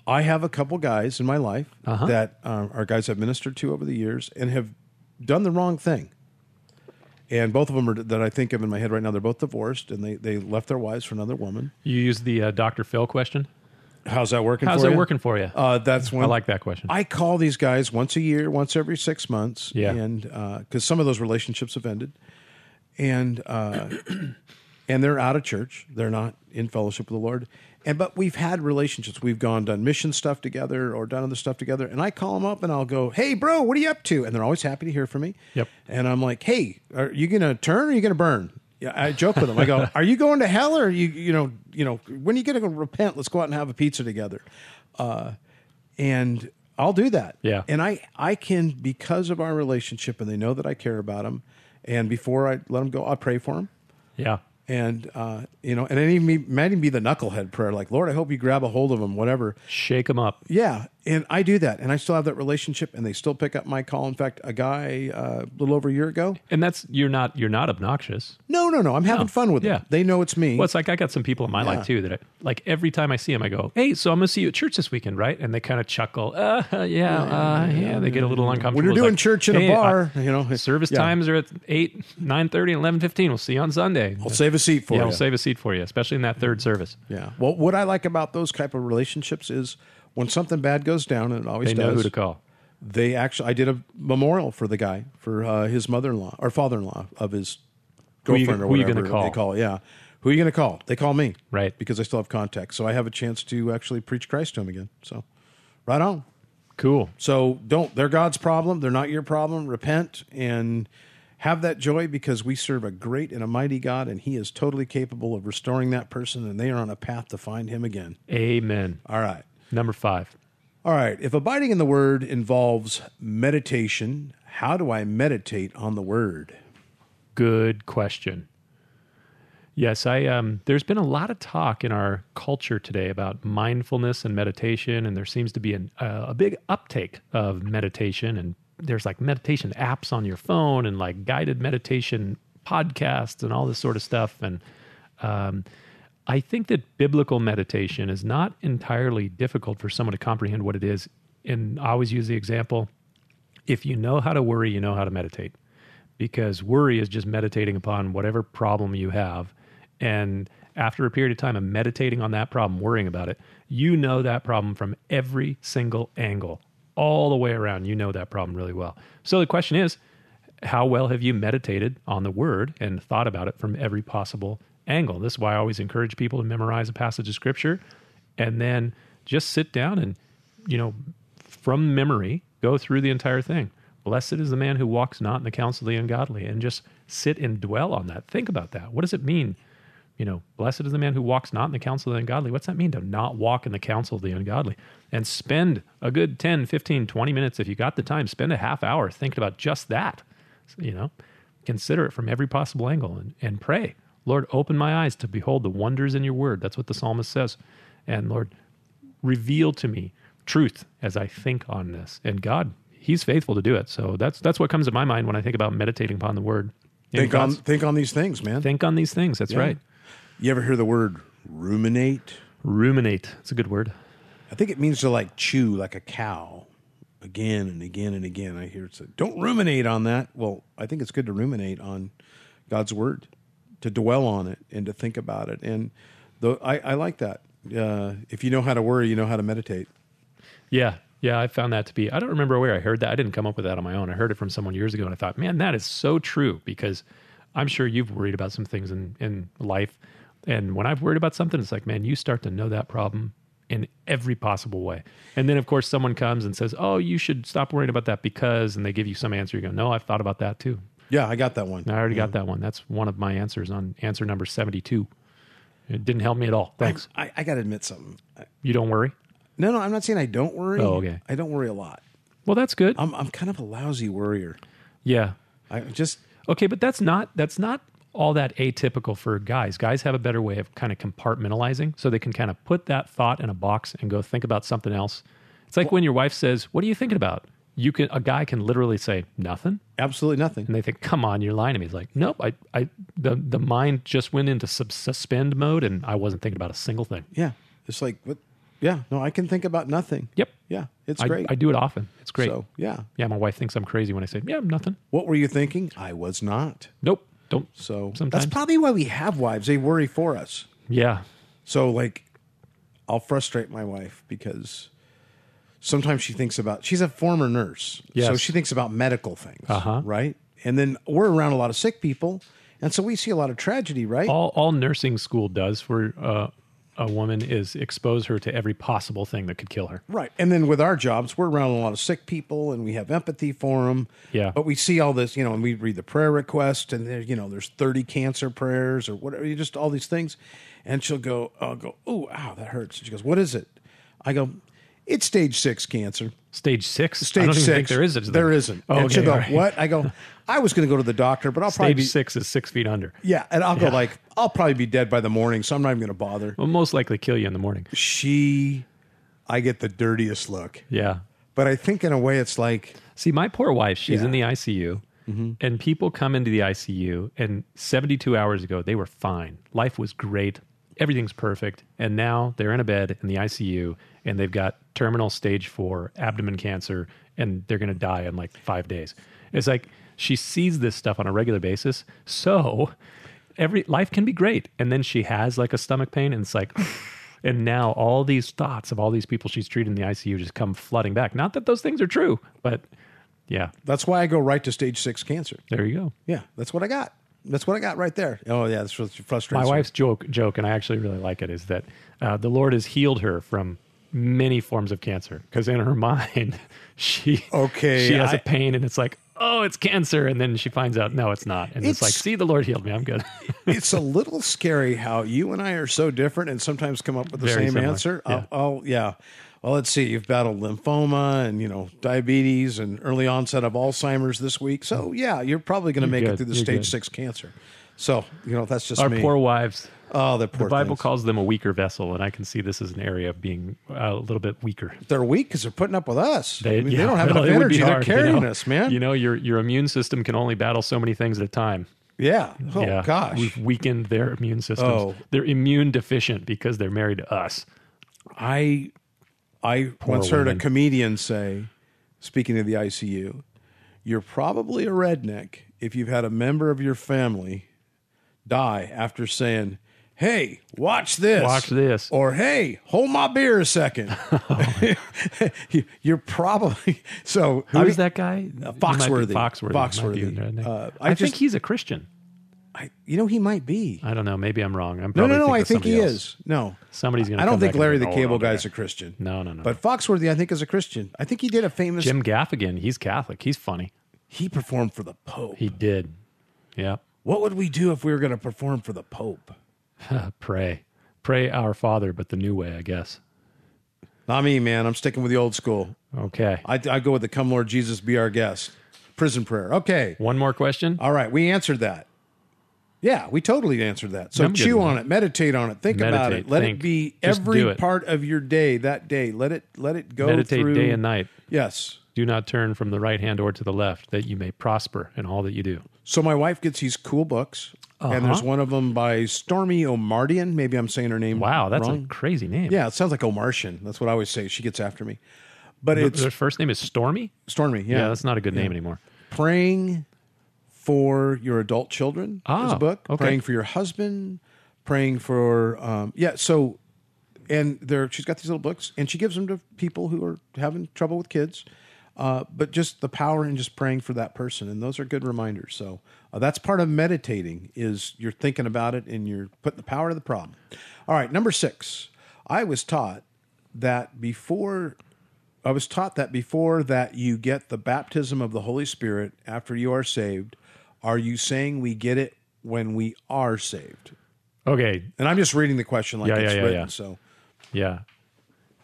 [SPEAKER 2] I have a couple guys in my life
[SPEAKER 1] Uh-huh.
[SPEAKER 2] that um, are guys I've ministered to over the years and have done the wrong thing. And both of them are that I think of in my head right now. They're both divorced, and they they left their wives for another woman.
[SPEAKER 1] You use the uh, Dr. Phil question.
[SPEAKER 2] How's that working?
[SPEAKER 1] How's
[SPEAKER 2] for
[SPEAKER 1] that
[SPEAKER 2] you?
[SPEAKER 1] working for you?
[SPEAKER 2] Uh, that's when
[SPEAKER 1] I like that question.
[SPEAKER 2] I call these guys once a year, once every six months,
[SPEAKER 1] Yeah.
[SPEAKER 2] and because some of those relationships have ended, and uh, and they're out of church, they're not in fellowship with the Lord, and but we've had relationships, we've gone done mission stuff together or done other stuff together, and I call them up and I'll go, hey, bro, what are you up to? And they're always happy to hear from me.
[SPEAKER 1] Yep.
[SPEAKER 2] And I'm like, hey, are you gonna turn or are you gonna burn? Yeah, I joke with them. I go, "Are you going to hell, or are you, you know, you know, when are you going to go repent? Let's go out and have a pizza together." Uh, and I'll do that.
[SPEAKER 1] Yeah.
[SPEAKER 2] And I I can because of our relationship, and they know that I care about them. And before I let them go, I pray for them.
[SPEAKER 1] yeah.
[SPEAKER 2] And uh, you know, and it even be, might even be the knucklehead prayer, like Lord, I hope you grab a hold of them, whatever.
[SPEAKER 1] Shake them up.
[SPEAKER 2] Yeah, and I do that, and I still have that relationship, and they still pick up my call. In fact, a guy uh, a little over a year ago,
[SPEAKER 1] And that's you're not you're not obnoxious.
[SPEAKER 2] no, no, no, I'm having fun with them.
[SPEAKER 1] yeah.
[SPEAKER 2] They know it's me.
[SPEAKER 1] Well, it's like I got some people in my life too that I, like every time I see them, I go, "Hey, so I'm going to see you at church this weekend, right?" And they kind of chuckle, uh, "Yeah, uh, yeah." They get a little uncomfortable.
[SPEAKER 2] when you're
[SPEAKER 1] It's
[SPEAKER 2] doing
[SPEAKER 1] like,
[SPEAKER 2] church in a
[SPEAKER 1] "Hey, I-
[SPEAKER 2] bar, you know,
[SPEAKER 1] Service
[SPEAKER 2] yeah,
[SPEAKER 1] times are at 8, 9.30, and 11.15. We'll see you on Sunday.
[SPEAKER 2] I'll save a seat for
[SPEAKER 1] yeah,
[SPEAKER 2] you.
[SPEAKER 1] we'll save a seat for you, especially in that third service.
[SPEAKER 2] Yeah. Well, what I like about those type of relationships is when something bad goes down, and it always
[SPEAKER 1] They
[SPEAKER 2] does.
[SPEAKER 1] know who to call.
[SPEAKER 2] They actually, I did a memorial for the guy for uh, his mother-in-law or father-in-law of his
[SPEAKER 1] Who you-
[SPEAKER 2] girlfriend or
[SPEAKER 1] who you
[SPEAKER 2] whatever
[SPEAKER 1] gonna call?
[SPEAKER 2] they call. Yeah. Who are you going to call? They call me,
[SPEAKER 1] Right.
[SPEAKER 2] Because I still have contacts, so I have a chance to actually preach Christ to him again. So, right on.
[SPEAKER 1] Cool.
[SPEAKER 2] So don't. They're God's problem. They're not your problem. Repent and have that joy because we serve a great and a mighty God, and He is totally capable of restoring that person, and they are on a path to find Him again.
[SPEAKER 1] Amen.
[SPEAKER 2] All right.
[SPEAKER 1] Number five.
[SPEAKER 2] All right. If abiding in the Word involves meditation, how do I meditate on the Word?
[SPEAKER 1] Good question. Yes, I um there's been a lot of talk in our culture today about mindfulness and meditation and there seems to be an, uh, a big uptake of meditation and there's like meditation apps on your phone and like guided meditation podcasts and all this sort of stuff and um I think that biblical meditation is not entirely difficult for someone to comprehend what it is. And I always use the example if you know how to worry, you know how to meditate. Because worry is just meditating upon whatever problem you have. And after a period of time of meditating on that problem, worrying about it, you know that problem from every single angle, all the way around. You know that problem really well. So the question is how well have you meditated on the word and thought about it from every possible angle? This is why I always encourage people to memorize a passage of scripture and then just sit down and, you know, from memory, go through the entire thing. Blessed is the man who walks not in the counsel of the ungodly, and just sit and dwell on that. Think about that. What does it mean? You know, blessed is the man who walks not in the counsel of the ungodly. What's that mean to not walk in the counsel of the ungodly? And spend a good 10, 15, 20 minutes, if you got the time, spend a half hour thinking about just that. So, you know, consider it from every possible angle and, and pray. Lord, open my eyes to behold the wonders in your word. That's what the psalmist says. And Lord, reveal to me truth as I think on this. And God, He's faithful to do it. So that's that's what comes to my mind when I think about meditating upon the Word. Any
[SPEAKER 2] Think on
[SPEAKER 1] thoughts?
[SPEAKER 2] think on these things, man.
[SPEAKER 1] think on these things. That's
[SPEAKER 2] Yeah.
[SPEAKER 1] right.
[SPEAKER 2] You ever hear the word ruminate?
[SPEAKER 1] Ruminate. It's a good word.
[SPEAKER 2] I think it means to like chew like a cow again and again and again. I hear it said, don't ruminate on that. Well, I think it's good to ruminate on God's word, to dwell on it and to think about it. And though I, I like that. Uh, if you know how to worry, you know how to meditate.
[SPEAKER 1] Yeah. Yeah, I found that to be. I don't remember where I heard that. I didn't come up with that on my own. I heard it from someone years ago and I thought, man, that is so true because I'm sure you've worried about some things in, in life. And when I've worried about something, it's like, man, you start to know that problem in every possible way. And then, of course, someone comes and says, oh, you should stop worrying about that because, and they give you some answer. You go, no, I've thought about that too.
[SPEAKER 2] Yeah, I got that one.
[SPEAKER 1] I already got that one. That's one of my answers on answer number 72. It didn't help me at all. Thanks.
[SPEAKER 2] I, I got to admit something. I-
[SPEAKER 1] You don't worry?
[SPEAKER 2] No, no, I'm not saying I don't worry.
[SPEAKER 1] Oh, okay.
[SPEAKER 2] I don't worry a lot.
[SPEAKER 1] Well, that's good.
[SPEAKER 2] I'm, I'm kind of a lousy worrier.
[SPEAKER 1] yeah.
[SPEAKER 2] I just,
[SPEAKER 1] Okay, but that's not that's not all that atypical for guys. Guys have a better way of kind of compartmentalizing, so they can kind of put that thought in a box and go think about something else. It's like when your wife says, "What are you thinking about?" You can a guy can literally say nothing,
[SPEAKER 2] absolutely nothing.
[SPEAKER 1] and they think, "Come on, you're lying to me." He's like, "Nope, I, I the the mind just went into sub- suspend mode, and I wasn't thinking about a single thing."
[SPEAKER 2] Yeah. It's like, what? Yeah. No, I can think about nothing.
[SPEAKER 1] Yep,
[SPEAKER 2] Yeah. It's
[SPEAKER 1] I,
[SPEAKER 2] great.
[SPEAKER 1] I do it often. It's great.
[SPEAKER 2] So, yeah.
[SPEAKER 1] Yeah, my wife thinks I'm crazy when I say, "Yeah, nothing."
[SPEAKER 2] What were you thinking? I was not.
[SPEAKER 1] Nope, don't.
[SPEAKER 2] So
[SPEAKER 1] Sometimes.
[SPEAKER 2] that's probably why we have wives. They worry for us.
[SPEAKER 1] Yeah,
[SPEAKER 2] So like I'll frustrate my wife because sometimes she thinks about she's a former nurse. So
[SPEAKER 1] Yes.
[SPEAKER 2] she thinks about medical things.
[SPEAKER 1] Uh-huh.
[SPEAKER 2] Right? And then we're around a lot of sick people. And so we see a lot of tragedy, right?
[SPEAKER 1] all all nursing school does for uh, a woman is expose her to every possible thing that could kill her.
[SPEAKER 2] Right. And then with our jobs, we're around a lot of sick people and we have empathy for them.
[SPEAKER 1] Yeah.
[SPEAKER 2] But we see all this, you know, and we read the prayer request and there, you know, there's 30 cancer prayers or whatever, you just all these things. And she'll go, I'll go, oh, ow, that hurts. And she goes, what is it? I go, it's stage six cancer.
[SPEAKER 1] Stage six.
[SPEAKER 2] Stage
[SPEAKER 1] I don't
[SPEAKER 2] six.
[SPEAKER 1] even think there is. a-
[SPEAKER 2] There isn't.
[SPEAKER 1] Oh,
[SPEAKER 2] and she'll
[SPEAKER 1] okay,
[SPEAKER 2] go,
[SPEAKER 1] all right.
[SPEAKER 2] what? I go, I was going to go to the doctor, but I'll
[SPEAKER 1] Stage
[SPEAKER 2] probably,
[SPEAKER 1] six is six feet under.
[SPEAKER 2] yeah. And I'll go like, I'll probably be dead by the morning. So I'm not even going to bother.
[SPEAKER 1] Will most likely kill you in the morning.
[SPEAKER 2] She, I get the dirtiest look.
[SPEAKER 1] Yeah.
[SPEAKER 2] But I think in a way it's like,
[SPEAKER 1] See, my poor wife. She's
[SPEAKER 2] Yeah.
[SPEAKER 1] in the ICU, and people come into the ICU, and 72 hours ago they were fine. Life was great. Everything's perfect. And now they're in a bed in the ICU, and they've got terminal stage four abdomen cancer, and they're going to die in like five days. It's like she sees this stuff on a regular basis. So every life can be great, and then she has like a stomach pain, and it's like. And now all these thoughts of all these people she's treated in the ICU just come flooding back. Not that those things are true, but yeah,
[SPEAKER 2] That's why I go right to stage six cancer.
[SPEAKER 1] there you go.
[SPEAKER 2] Yeah, that's what I got. That's what I got right there. Oh yeah, that's frustrating.
[SPEAKER 1] My wife's joke, joke, and I actually really like it, is that uh, the Lord has healed her from many forms of cancer because in her mind she
[SPEAKER 2] Okay,
[SPEAKER 1] she has
[SPEAKER 2] I-
[SPEAKER 1] a pain and it's like oh it's cancer and then she finds out no it's not and it's,
[SPEAKER 2] It's-
[SPEAKER 1] like see the Lord healed me I'm good
[SPEAKER 2] it's a little scary how you and I are so different and sometimes come up with the
[SPEAKER 1] Very
[SPEAKER 2] same
[SPEAKER 1] similar.
[SPEAKER 2] answer.
[SPEAKER 1] Yeah.
[SPEAKER 2] I'll, I'll yeah. Well, let's see. You've battled lymphoma and you know diabetes and early onset of Alzheimer's this week. So yeah, you're probably going to make it
[SPEAKER 1] good.
[SPEAKER 2] through the
[SPEAKER 1] You're
[SPEAKER 2] stage
[SPEAKER 1] good.
[SPEAKER 2] six cancer. So you know that's just
[SPEAKER 1] our
[SPEAKER 2] me.
[SPEAKER 1] poor wives
[SPEAKER 2] oh, the poor
[SPEAKER 1] the Bible
[SPEAKER 2] things.
[SPEAKER 1] calls them a weaker vessel and I can see this as an area of being uh, a little bit weaker
[SPEAKER 2] They're weak because they're putting up with us. I mean,
[SPEAKER 1] yeah,
[SPEAKER 2] they don't have
[SPEAKER 1] well,
[SPEAKER 2] enough
[SPEAKER 1] it would be
[SPEAKER 2] energy. They're
[SPEAKER 1] hard, you
[SPEAKER 2] carrying
[SPEAKER 1] know?
[SPEAKER 2] us, man.
[SPEAKER 1] You know, your your immune system can only battle so many things at a time.
[SPEAKER 2] yeah. Oh
[SPEAKER 1] yeah,
[SPEAKER 2] gosh.
[SPEAKER 1] we've weakened their immune systems.
[SPEAKER 2] Oh.
[SPEAKER 1] They're immune deficient because they're married to us.
[SPEAKER 2] I I once heard
[SPEAKER 1] women.
[SPEAKER 2] a comedian say, speaking of the ICU, you're probably a redneck if you've had a member of your family die after saying, "Hey, watch this."
[SPEAKER 1] Watch this.
[SPEAKER 2] Or "Hey, hold my beer a second. You- you're probably so
[SPEAKER 1] Who is
[SPEAKER 2] I mean,
[SPEAKER 1] that guy? He might be-
[SPEAKER 2] Foxworthy.
[SPEAKER 1] Foxworthy.
[SPEAKER 2] Foxworthy.
[SPEAKER 1] might be in there.
[SPEAKER 2] Uh, I
[SPEAKER 1] I, think
[SPEAKER 2] just-
[SPEAKER 1] he's a Christian.
[SPEAKER 2] I, you know he might be.
[SPEAKER 1] I don't know. Maybe I'm wrong. I'm
[SPEAKER 2] No,
[SPEAKER 1] probably
[SPEAKER 2] no,
[SPEAKER 1] thinking
[SPEAKER 2] no. I
[SPEAKER 1] of
[SPEAKER 2] think
[SPEAKER 1] somebody
[SPEAKER 2] he
[SPEAKER 1] else.
[SPEAKER 2] is. No.
[SPEAKER 1] Somebody's going to.
[SPEAKER 2] I don't think Larry the
[SPEAKER 1] "Oh,
[SPEAKER 2] Cable Guy's a Christian.
[SPEAKER 1] No, no, no.
[SPEAKER 2] But Foxworthy, I think, is a Christian. I think he did a famous
[SPEAKER 1] Jim Gaffigan. He's Catholic. He's funny.
[SPEAKER 2] he performed for the Pope.
[SPEAKER 1] He did. Yeah.
[SPEAKER 2] what would we do if we were going to perform for the Pope?
[SPEAKER 1] Pray, pray, our Father, but the new way, I guess.
[SPEAKER 2] Not me, man. I'm sticking with the old school.
[SPEAKER 1] Okay.
[SPEAKER 2] I, I go with the Come Lord Jesus, be our guest. Prison prayer. Okay.
[SPEAKER 1] One more question.
[SPEAKER 2] All right. We answered that. Yeah, we totally answered that. So
[SPEAKER 1] I'm good
[SPEAKER 2] chew
[SPEAKER 1] with
[SPEAKER 2] on it, meditate on it, think about
[SPEAKER 1] Meditate,
[SPEAKER 2] it. Let
[SPEAKER 1] think.
[SPEAKER 2] it be
[SPEAKER 1] Just
[SPEAKER 2] every
[SPEAKER 1] do it.
[SPEAKER 2] part of your day that day. Let it let it go
[SPEAKER 1] Meditate
[SPEAKER 2] through.
[SPEAKER 1] day and night.
[SPEAKER 2] Yes.
[SPEAKER 1] Do not turn from the right hand or to the left, that you may prosper in all that you do.
[SPEAKER 2] So my wife gets these cool books, and
[SPEAKER 1] Uh-huh.
[SPEAKER 2] there's one of them by Stormy Omardian. Maybe I'm saying her name.
[SPEAKER 1] Wow, that's
[SPEAKER 2] wrong.
[SPEAKER 1] a crazy name.
[SPEAKER 2] yeah. It sounds like Omartian. That's what I always say. She gets after me, but
[SPEAKER 1] Her-
[SPEAKER 2] it's
[SPEAKER 1] Her first name is Stormy?
[SPEAKER 2] Stormy.
[SPEAKER 1] Yeah,
[SPEAKER 2] Yeah,
[SPEAKER 1] that's not a good name anymore.
[SPEAKER 2] praying for your adult children is
[SPEAKER 1] Ah,
[SPEAKER 2] a book.
[SPEAKER 1] okay.
[SPEAKER 2] Praying for your husband. Praying for um, yeah. So and there she's got these little books, and she gives them to people who are having trouble with kids. Uh, but just the power in just praying for that person, and those are good reminders. So uh, that's part of meditating is you're thinking about it and you're putting the power to the problem. All right, number six. I was taught that before I was taught that before that you get the baptism of the Holy Spirit after you are saved, are you saying we get it when we are saved?
[SPEAKER 1] Okay,
[SPEAKER 2] And I'm just reading the question like
[SPEAKER 1] Yeah,
[SPEAKER 2] it's
[SPEAKER 1] yeah, yeah,
[SPEAKER 2] written,
[SPEAKER 1] yeah.
[SPEAKER 2] so
[SPEAKER 1] yeah.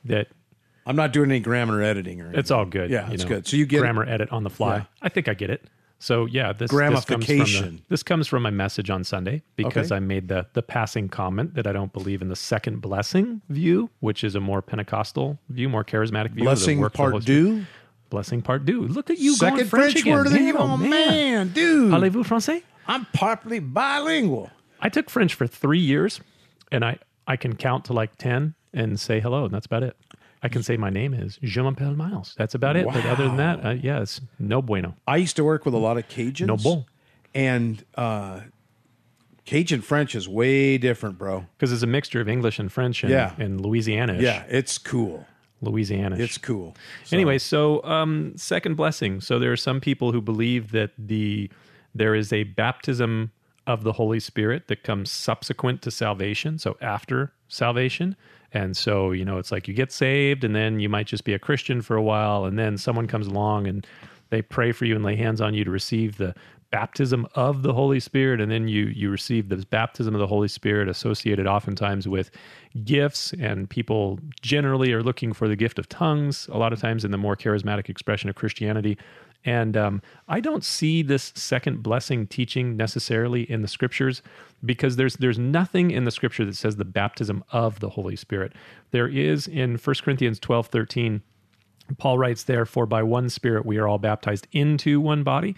[SPEAKER 1] That
[SPEAKER 2] I'm not doing any grammar editing or anything.
[SPEAKER 1] It's all good.
[SPEAKER 2] Yeah,
[SPEAKER 1] you
[SPEAKER 2] it's
[SPEAKER 1] know.
[SPEAKER 2] good. So you get it.
[SPEAKER 1] grammar edit on the fly.
[SPEAKER 2] Yeah.
[SPEAKER 1] I think I get it. So yeah, this this comes, from the,
[SPEAKER 2] Grammatification.
[SPEAKER 1] this comes from my message on Sunday because
[SPEAKER 2] Okay.
[SPEAKER 1] I made the the passing comment that I don't believe in the second blessing view, which is a more Pentecostal view, more charismatic view. of the
[SPEAKER 2] blessing
[SPEAKER 1] work of the Holy
[SPEAKER 2] part
[SPEAKER 1] Spirit.
[SPEAKER 2] due.
[SPEAKER 1] Blessing part due. Look at you going
[SPEAKER 2] Second
[SPEAKER 1] French,
[SPEAKER 2] French,
[SPEAKER 1] again.
[SPEAKER 2] word of the
[SPEAKER 1] man,
[SPEAKER 2] year.
[SPEAKER 1] oh, man.
[SPEAKER 2] dude.
[SPEAKER 1] Parlez-vous français?
[SPEAKER 2] I'm partly bilingual.
[SPEAKER 1] I took French for three years, and I I can count to like ten and say hello, and that's about it. I can say my name is Je m'appelle Miles. That's about it. But other than that, uh, yeah, it's no bueno.
[SPEAKER 2] I used to work with a lot of Cajuns.
[SPEAKER 1] No bull.
[SPEAKER 2] And uh, Cajun French is way different, bro.
[SPEAKER 1] because it's a mixture of English and French and,
[SPEAKER 2] Yeah.
[SPEAKER 1] and Louisianish.
[SPEAKER 2] Yeah, it's cool.
[SPEAKER 1] Louisianish.
[SPEAKER 2] It's cool. So-
[SPEAKER 1] Anyway, so um, second blessing. So there are some people who believe that the there is a baptism of the Holy Spirit that comes subsequent to salvation, so after salvation. And so, you know, it's like you get saved and then you might just be a Christian for a while and then someone comes along and they pray for you and lay hands on you to receive the baptism of the Holy Spirit and then you you receive this baptism of the Holy Spirit associated oftentimes with gifts and people generally are looking for the gift of tongues a lot of times in the more charismatic expression of Christianity and um, I don't see this second blessing teaching necessarily in the scriptures because there's there's nothing in the scripture that says the baptism of the Holy Spirit. There is in 1 Corinthians 12, 13, Paul writes there, for by one spirit we are all baptized into one body.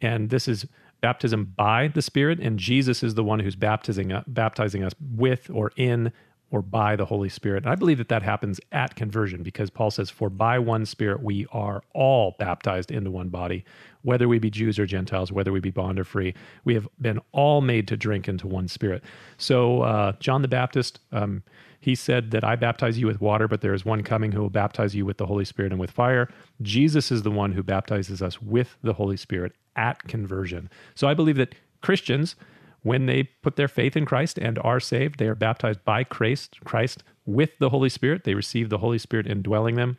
[SPEAKER 1] And this is baptism by the spirit. And Jesus is the one who's baptizing, baptizing us with or in or by the Holy Spirit. And I believe that that happens at conversion because Paul says, for by one spirit we are all baptized into one body, whether we be Jews or Gentiles, whether we be bond or free. We have been all made to drink into one spirit. So uh, John the Baptist, um, he said that I baptize you with water, but there is one coming who will baptize you with the Holy Spirit and with fire. Jesus is the one who baptizes us with the Holy Spirit at conversion. So I believe that Christians, when they put their faith in Christ and are saved, they are baptized by Christ, Christ with the Holy Spirit. They receive the Holy Spirit indwelling them.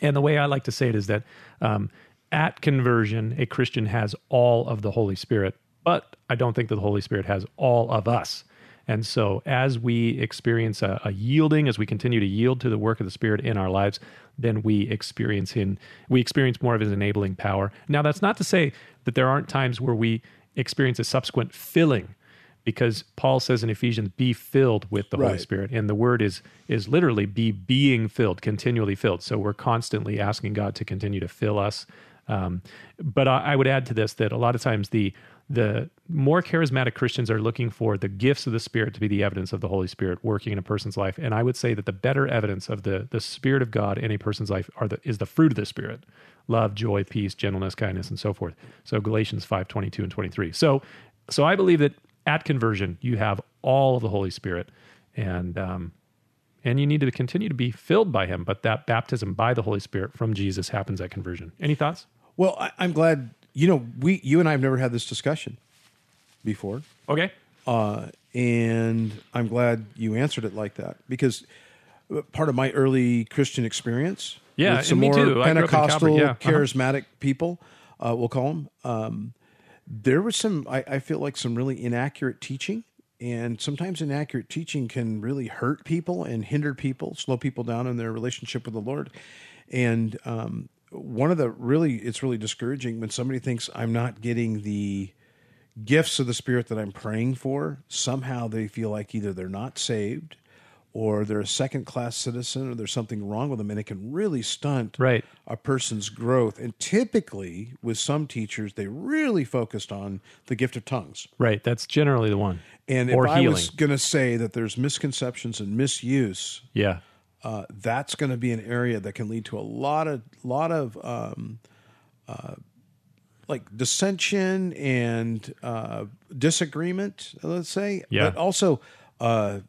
[SPEAKER 1] And the way I like to say it is that um, at conversion, a Christian has all of the Holy Spirit, but I don't think that the Holy Spirit has all of us. And so, as we experience a, a yielding, as we continue to yield to the work of the Spirit in our lives, then we experience Him. We experience more of His enabling power. Now, that's not to say that there aren't times where we experience a subsequent filling, because Paul says in Ephesians, "Be filled with the Holy
[SPEAKER 2] Right.
[SPEAKER 1] Spirit." spirit and the word is is literally be being filled continually filled so we're constantly asking god to continue to fill us um, but I, I would add to this that a lot of times the the more charismatic christians are looking for the gifts of the spirit to be the evidence of the holy spirit working in a person's life and i would say that the better evidence of the the spirit of god in a person's life are the is the fruit of the spirit love joy peace gentleness kindness and so forth so galatians 5 22 and 23 so so i believe that at conversion you have all of the holy spirit and um, and you need to continue to be filled by Him. But that baptism by the Holy Spirit from Jesus happens at conversion. Any thoughts?
[SPEAKER 2] Well, I, I'm glad you know we you and I have never had this discussion before,
[SPEAKER 1] Okay.
[SPEAKER 2] uh, and I'm glad you answered it like that because uh, part of my early Christian experience,
[SPEAKER 1] Yeah,
[SPEAKER 2] with
[SPEAKER 1] and
[SPEAKER 2] some
[SPEAKER 1] me
[SPEAKER 2] more
[SPEAKER 1] too. I grew up in
[SPEAKER 2] Pentecostal,
[SPEAKER 1] Calvary, yeah, uh-huh.
[SPEAKER 2] charismatic people, uh, we'll call them. Um, there was some I, I feel like some really inaccurate teaching. And sometimes inaccurate teaching can really hurt people and hinder people, slow people down in their relationship with the Lord. And um, one of the really, it's really discouraging when somebody thinks I'm not getting the gifts of the spirit that I'm praying for, somehow they feel like either they're not saved or they're a second class citizen or there's something wrong with them and it can really stunt
[SPEAKER 1] Right.
[SPEAKER 2] a person's growth. And typically with some teachers they really focused on the gift of tongues.
[SPEAKER 1] Right. That's generally the one.
[SPEAKER 2] And if
[SPEAKER 1] or
[SPEAKER 2] I
[SPEAKER 1] healing.
[SPEAKER 2] was going to say that there's misconceptions and misuse,
[SPEAKER 1] yeah.
[SPEAKER 2] uh, that's going to be an area that can lead to a lot of lot of um, uh, like dissension and uh, disagreement. Let's say,
[SPEAKER 1] Yeah.
[SPEAKER 2] but also uh,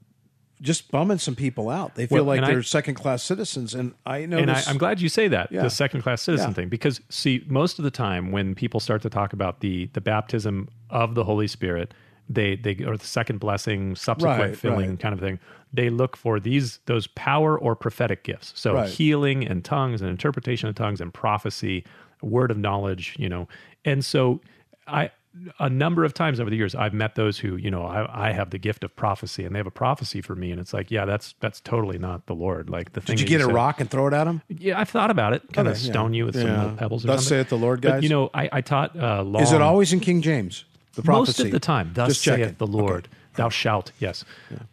[SPEAKER 2] just bumming some people out. They feel
[SPEAKER 1] Well,
[SPEAKER 2] like
[SPEAKER 1] and I-
[SPEAKER 2] they're second class citizens, and I know.
[SPEAKER 1] and I, I'm glad you say that the second class citizen
[SPEAKER 2] Yeah.
[SPEAKER 1] thing because see most of the time when people start to talk about the the baptism of the Holy Spirit they they or the second blessing subsequent
[SPEAKER 2] Right,
[SPEAKER 1] filling
[SPEAKER 2] right.
[SPEAKER 1] kind of thing they look for these those power or prophetic gifts so
[SPEAKER 2] Right.
[SPEAKER 1] healing and tongues and interpretation of tongues and prophecy word of knowledge you know and so I a number of times over the years I've met those who you know I, I have the gift of prophecy and they have a prophecy for me and it's like yeah that's that's totally not the Lord like the thing
[SPEAKER 2] Did you
[SPEAKER 1] that
[SPEAKER 2] get a
[SPEAKER 1] said-
[SPEAKER 2] rock and throw it at them?
[SPEAKER 1] yeah, I've thought about it. Kind of
[SPEAKER 2] Okay, yeah.
[SPEAKER 1] stone you with some
[SPEAKER 2] Yeah.
[SPEAKER 1] little pebbles. Or
[SPEAKER 2] Thus
[SPEAKER 1] something.
[SPEAKER 2] saith the Lord,
[SPEAKER 1] But,
[SPEAKER 2] guys.
[SPEAKER 1] you know, I, I taught uh, law.
[SPEAKER 2] Is it always in King James? The prophecy.
[SPEAKER 1] Most of the time, thus
[SPEAKER 2] Just
[SPEAKER 1] saith
[SPEAKER 2] checking.
[SPEAKER 1] the Lord, thou shalt. Yes.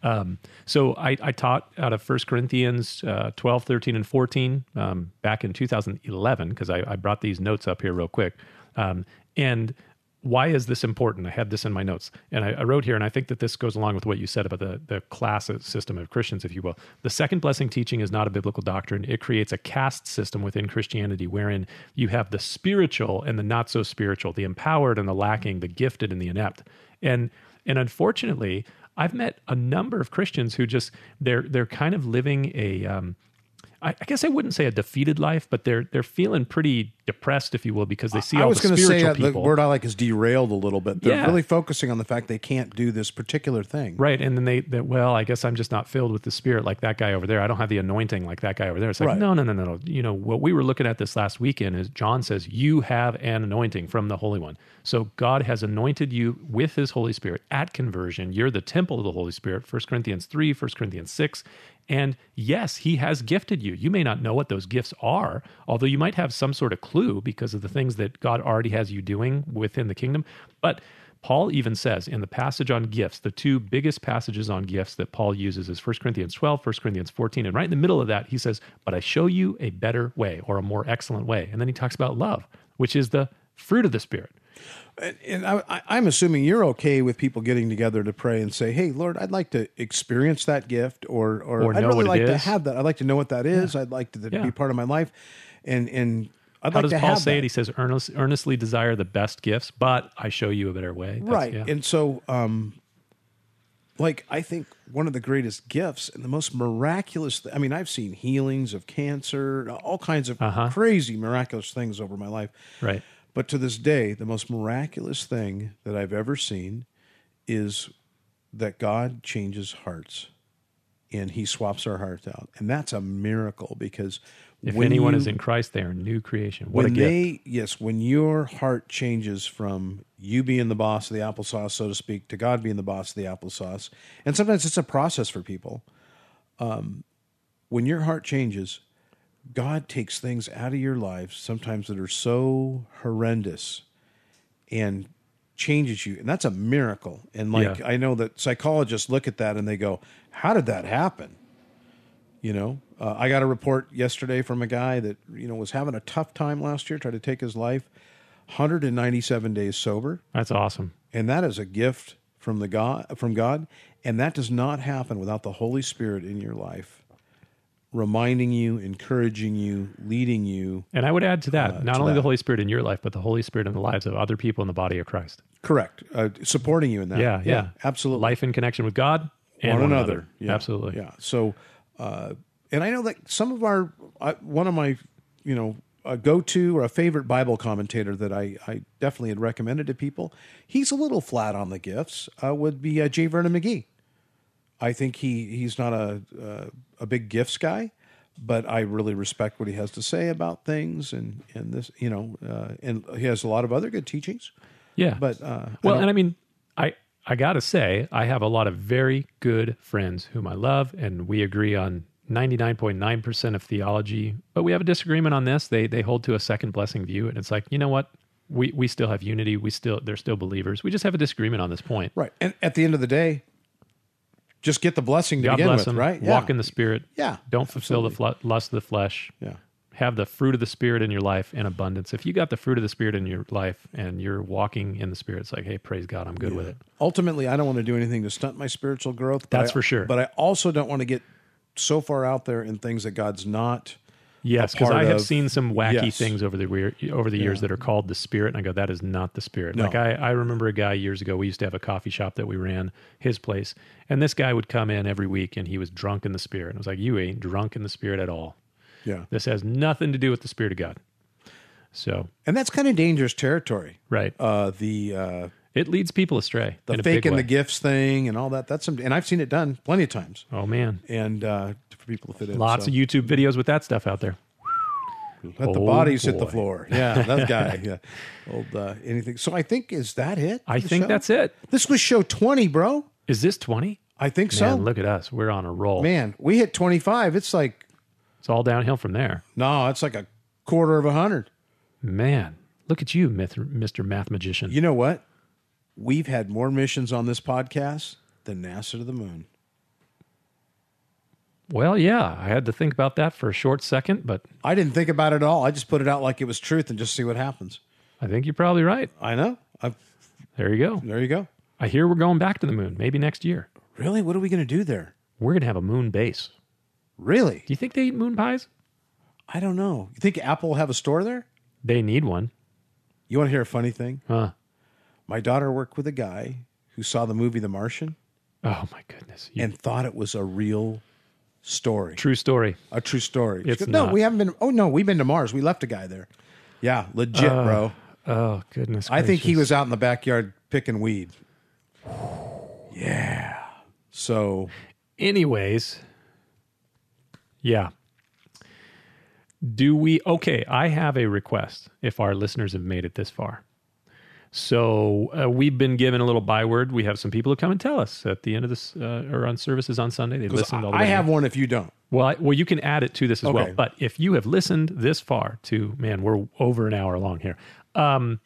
[SPEAKER 1] Um, so I, I taught out of 1 Corinthians uh, 12, 13, and 14 um, back in 2011, because I, I brought these notes up here real quick. Um, and why is this important? I had this in my notes. And I, I wrote here, and I think that this goes along with what you said about the, the class system of Christians, if you will. The second blessing teaching is not a biblical doctrine. It creates a caste system within Christianity wherein you have the spiritual and the not so spiritual, the empowered and the lacking, the gifted and the inept. And and unfortunately, I've met a number of Christians who just they're they're kind of living a um, I, I guess I wouldn't say a defeated life, but they're they're feeling pretty depressed, if you will, because they see
[SPEAKER 2] I
[SPEAKER 1] all
[SPEAKER 2] was
[SPEAKER 1] the
[SPEAKER 2] going to say
[SPEAKER 1] spiritual
[SPEAKER 2] that the
[SPEAKER 1] people.
[SPEAKER 2] word I like is derailed a little bit. They're
[SPEAKER 1] Yeah.
[SPEAKER 2] really focusing on the fact they can't do this particular thing.
[SPEAKER 1] Right. And then they, they, well, I guess I'm just not filled with the spirit like that guy over there. I don't have the anointing like that guy over there. It's like,
[SPEAKER 2] Right.
[SPEAKER 1] no, no, no, no, no. You know, what we were looking at this last weekend is John says, you have an anointing from the Holy One. So God has anointed you with his Holy Spirit at conversion. You're the temple of the Holy Spirit, 1 Corinthians 3, 1 Corinthians 6. And yes, he has gifted you. You may not know what those gifts are, although you might have some sort of clue because of the things that God already has you doing within the kingdom. But Paul even says in the passage on gifts, the two biggest passages on gifts that Paul uses is 1 Corinthians 12, 1 Corinthians 14. And right in the middle of that, he says, But I show you a better way or a more excellent way. And then he talks about love, which is the fruit of the Spirit.
[SPEAKER 2] And I, I, I'm assuming you're okay with people getting together to pray and say, "Hey, Lord, I'd like to experience that gift, or or,
[SPEAKER 1] Or
[SPEAKER 2] I'd
[SPEAKER 1] know
[SPEAKER 2] really
[SPEAKER 1] what it
[SPEAKER 2] like to
[SPEAKER 1] is."
[SPEAKER 2] have that. I'd like to know what that is. I'd like to,
[SPEAKER 1] Yeah.
[SPEAKER 2] be part of my life." And and I'd
[SPEAKER 1] How
[SPEAKER 2] like to
[SPEAKER 1] does Paul
[SPEAKER 2] have
[SPEAKER 1] say
[SPEAKER 2] that.
[SPEAKER 1] it? He says, Earnest, Earnestly desire the best gifts, but I show you a better way. That's-
[SPEAKER 2] right
[SPEAKER 1] yeah.
[SPEAKER 2] and so um like i think one of the greatest gifts and the most miraculous i mean i've seen healings of cancer all kinds of
[SPEAKER 1] Uh-huh.
[SPEAKER 2] crazy miraculous things over my life
[SPEAKER 1] Right.
[SPEAKER 2] but to this day the most miraculous thing that i've ever seen is that god changes hearts and he swaps our hearts out and that's a miracle because
[SPEAKER 1] If anyone
[SPEAKER 2] you-
[SPEAKER 1] is in Christ, they are a new creation. What a
[SPEAKER 2] when
[SPEAKER 1] gift.
[SPEAKER 2] they yes when your heart changes from you being the boss of the applesauce so to speak to god being the boss of the applesauce and sometimes it's a process for people um, when your heart changes god takes things out of your lives sometimes that are so horrendous and changes you and that's a miracle and like
[SPEAKER 1] Yeah.
[SPEAKER 2] i know that psychologists look at that and they go how did that happen you know, uh, I got a report yesterday from a guy that you know was having a tough time last year, tried to take his life. 197 days sober,
[SPEAKER 1] That's awesome.
[SPEAKER 2] and that is a gift from the God from God, and that does not happen without the Holy Spirit in your life, reminding you, encouraging you, leading you.
[SPEAKER 1] And I would add to that, not
[SPEAKER 2] Uh, to
[SPEAKER 1] only
[SPEAKER 2] that.
[SPEAKER 1] the Holy Spirit in your life, but the Holy Spirit in the lives of other people in the body of Christ.
[SPEAKER 2] Correct, uh, supporting you in that.
[SPEAKER 1] Yeah, yeah,
[SPEAKER 2] absolutely.
[SPEAKER 1] Life in connection with God and
[SPEAKER 2] one,
[SPEAKER 1] one,
[SPEAKER 2] another. Yeah,
[SPEAKER 1] Absolutely.
[SPEAKER 2] Yeah. So, uh, and I know that some of our I, one of my you know a go-to or a favorite Bible commentator that I I definitely had recommended to people. He's a little flat on the gifts. Uh, would be uh, J. Vernon McGee. I think he he's not a uh, a big gifts guy, but I really respect what he has to say about things and and this you know uh, and he has a lot of other good teachings.
[SPEAKER 1] Yeah.
[SPEAKER 2] But uh, I
[SPEAKER 1] well,
[SPEAKER 2] don't-
[SPEAKER 1] and I mean, I I gotta say, I have a lot of very good friends whom I love, and we agree on ninety nine point nine percent of theology. But we have a disagreement on this. They they hold to a second blessing view, and it's like, you know what? we we still have unity. We still they're still believers. We just have a disagreement on this point.
[SPEAKER 2] Right. And at the end of the day, just get the blessing to
[SPEAKER 1] God
[SPEAKER 2] begin
[SPEAKER 1] bless
[SPEAKER 2] with,
[SPEAKER 1] them.
[SPEAKER 2] right?
[SPEAKER 1] Walk in the spirit.
[SPEAKER 2] Yeah,
[SPEAKER 1] Don't fulfill the fl- lust of the flesh.
[SPEAKER 2] Yeah.
[SPEAKER 1] Have the fruit of the spirit in your life in abundance. If you got the fruit of the spirit in your life and you're walking in the spirit, it's like, hey, praise God, I'm good with it.
[SPEAKER 2] Ultimately, I don't want to do anything to stunt my spiritual growth. but
[SPEAKER 1] That's
[SPEAKER 2] I-
[SPEAKER 1] for sure.
[SPEAKER 2] But I also don't want to get so far out there in things that God's not.
[SPEAKER 1] Yes, because
[SPEAKER 2] part
[SPEAKER 1] I have
[SPEAKER 2] of-
[SPEAKER 1] seen some wacky
[SPEAKER 2] Yes.
[SPEAKER 1] things over the weir- over the years that are called the spirit, and I go, that is not the spirit.
[SPEAKER 2] No.
[SPEAKER 1] Like I, I remember a guy years ago. We used to have a coffee shop that we ran, his place, and this guy would come in every week, and he was drunk in the spirit. And I was like, you ain't drunk in the spirit at all.
[SPEAKER 2] Yeah.
[SPEAKER 1] This has nothing to do with the spirit of God. So
[SPEAKER 2] And that's kind of dangerous territory.
[SPEAKER 1] right,
[SPEAKER 2] Uh, the uh,
[SPEAKER 1] it leads people astray. in
[SPEAKER 2] the
[SPEAKER 1] a
[SPEAKER 2] fake
[SPEAKER 1] big
[SPEAKER 2] and
[SPEAKER 1] way.
[SPEAKER 2] the gifts thing and all that. That's some, and I've seen it done plenty of times.
[SPEAKER 1] oh man,
[SPEAKER 2] And uh, for people to fit in,
[SPEAKER 1] lots
[SPEAKER 2] so.
[SPEAKER 1] of YouTube videos with that stuff out there.
[SPEAKER 2] Let the
[SPEAKER 1] Oh,
[SPEAKER 2] bodies hit the
[SPEAKER 1] boy.
[SPEAKER 2] floor. Yeah, that guy. Yeah, old uh, anything. So I think is that it?
[SPEAKER 1] I
[SPEAKER 2] for the
[SPEAKER 1] think
[SPEAKER 2] show?
[SPEAKER 1] that's it.
[SPEAKER 2] This was show twenty, bro.
[SPEAKER 1] Is this twenty?
[SPEAKER 2] I think
[SPEAKER 1] Man,
[SPEAKER 2] so.
[SPEAKER 1] look at us. We're on a roll.
[SPEAKER 2] Man, we hit twenty five. It's like
[SPEAKER 1] It's all downhill from there.
[SPEAKER 2] no, it's like a quarter of a hundred.
[SPEAKER 1] Man, look at you, myth, Mr. Math Magician.
[SPEAKER 2] You know what? We've had more missions on this podcast than NASA to the moon.
[SPEAKER 1] Well, yeah, I had to think about that for a short second, but
[SPEAKER 2] I didn't think about it at all. I just put it out like it was truth and just see what happens.
[SPEAKER 1] I think you're probably right.
[SPEAKER 2] I know. I've,
[SPEAKER 1] There you go.
[SPEAKER 2] there you go.
[SPEAKER 1] I hear we're going back to the moon, maybe next year.
[SPEAKER 2] Really? What are we going to do there?
[SPEAKER 1] We're going to have a moon base.
[SPEAKER 2] Really?
[SPEAKER 1] Do you think they eat moon pies?
[SPEAKER 2] I don't know. You think Apple will have a store there?
[SPEAKER 1] They need one.
[SPEAKER 2] You want to hear a funny thing?
[SPEAKER 1] Huh.
[SPEAKER 2] My daughter worked with a guy who saw the movie The Martian
[SPEAKER 1] Oh, my goodness. You-
[SPEAKER 2] and thought it was a real story,
[SPEAKER 1] True story.
[SPEAKER 2] a true story. She
[SPEAKER 1] It's
[SPEAKER 2] goes, no,
[SPEAKER 1] not.
[SPEAKER 2] we haven't been. Oh no, we've been to Mars. We left a guy there. Yeah, legit,
[SPEAKER 1] Uh,
[SPEAKER 2] bro.
[SPEAKER 1] Oh, goodness.
[SPEAKER 2] I think he
[SPEAKER 1] gracious.
[SPEAKER 2] was out in the backyard picking weed. Yeah. So
[SPEAKER 1] Anyways, yeah. Do we? Okay, I have a request if our listeners have made it this far. So uh, we've been given a little byword. We have some people who come and tell us at the end of this uh, or on services on Sunday. They listened all the
[SPEAKER 2] I
[SPEAKER 1] way.
[SPEAKER 2] have one. If you don't,
[SPEAKER 1] well, I, well, you can add it to this as well.
[SPEAKER 2] Okay.
[SPEAKER 1] But if you have listened this far to man, we're over an hour long here. Um,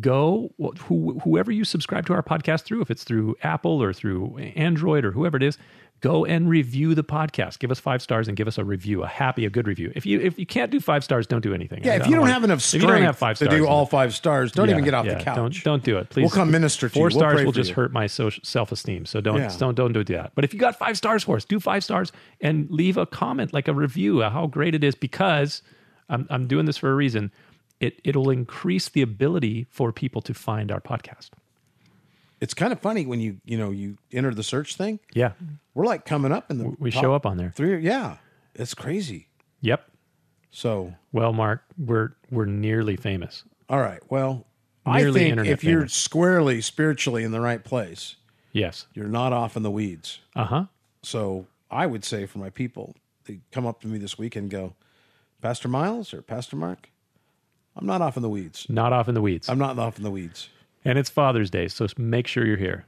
[SPEAKER 1] go wh- who, whoever you subscribe to our podcast through, if it's through Apple or through Android or whoever it is, go and review the podcast. Give us five stars and give us a review, a happy, a good review. If you if you can't do five stars, don't do anything.
[SPEAKER 2] yeah.
[SPEAKER 1] I
[SPEAKER 2] if you don't
[SPEAKER 1] wanna-
[SPEAKER 2] have enough
[SPEAKER 1] if you
[SPEAKER 2] strength
[SPEAKER 1] don't have five
[SPEAKER 2] to
[SPEAKER 1] stars
[SPEAKER 2] do
[SPEAKER 1] in
[SPEAKER 2] all
[SPEAKER 1] it,
[SPEAKER 2] five stars, don't even
[SPEAKER 1] yeah,
[SPEAKER 2] get off
[SPEAKER 1] yeah,
[SPEAKER 2] the couch.
[SPEAKER 1] Don't don't do it, please.
[SPEAKER 2] We'll come minister to
[SPEAKER 1] Four
[SPEAKER 2] you. We'll
[SPEAKER 1] stars
[SPEAKER 2] pray
[SPEAKER 1] will
[SPEAKER 2] for
[SPEAKER 1] just
[SPEAKER 2] you.
[SPEAKER 1] hurt my social self esteem. So don't
[SPEAKER 2] Yeah.
[SPEAKER 1] don't don't do that. But if you got five stars for us, do five stars and leave a comment, like a review, uh, how great it is. Because I'm I'm doing this for a reason. It it'll increase the ability for people to find our podcast.
[SPEAKER 2] It's kind of funny when you you know you enter the search thing.
[SPEAKER 1] Yeah,
[SPEAKER 2] We're like coming up in the
[SPEAKER 1] we
[SPEAKER 2] top
[SPEAKER 1] show up on there.
[SPEAKER 2] three. Yeah, it's crazy.
[SPEAKER 1] Yep.
[SPEAKER 2] So
[SPEAKER 1] Well, Mark, we're we're nearly famous.
[SPEAKER 2] all right, well,
[SPEAKER 1] Nearly
[SPEAKER 2] I think
[SPEAKER 1] internet
[SPEAKER 2] if you're
[SPEAKER 1] famous.
[SPEAKER 2] squarely spiritually in the right place,
[SPEAKER 1] Yes.
[SPEAKER 2] you're not off in the weeds.
[SPEAKER 1] Uh huh.
[SPEAKER 2] So I would say for my people, they come up to me this week and go, Pastor Miles or Pastor Mark, I'm not off in the weeds.
[SPEAKER 1] Not off in the weeds.
[SPEAKER 2] I'm not off in the weeds.
[SPEAKER 1] and it's Father's Day, so make sure you're here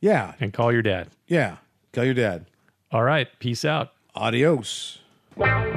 [SPEAKER 2] Yeah,
[SPEAKER 1] and call your dad.
[SPEAKER 2] yeah. Tell your dad.
[SPEAKER 1] All right. Peace out.
[SPEAKER 2] Adios.
[SPEAKER 4] Wow.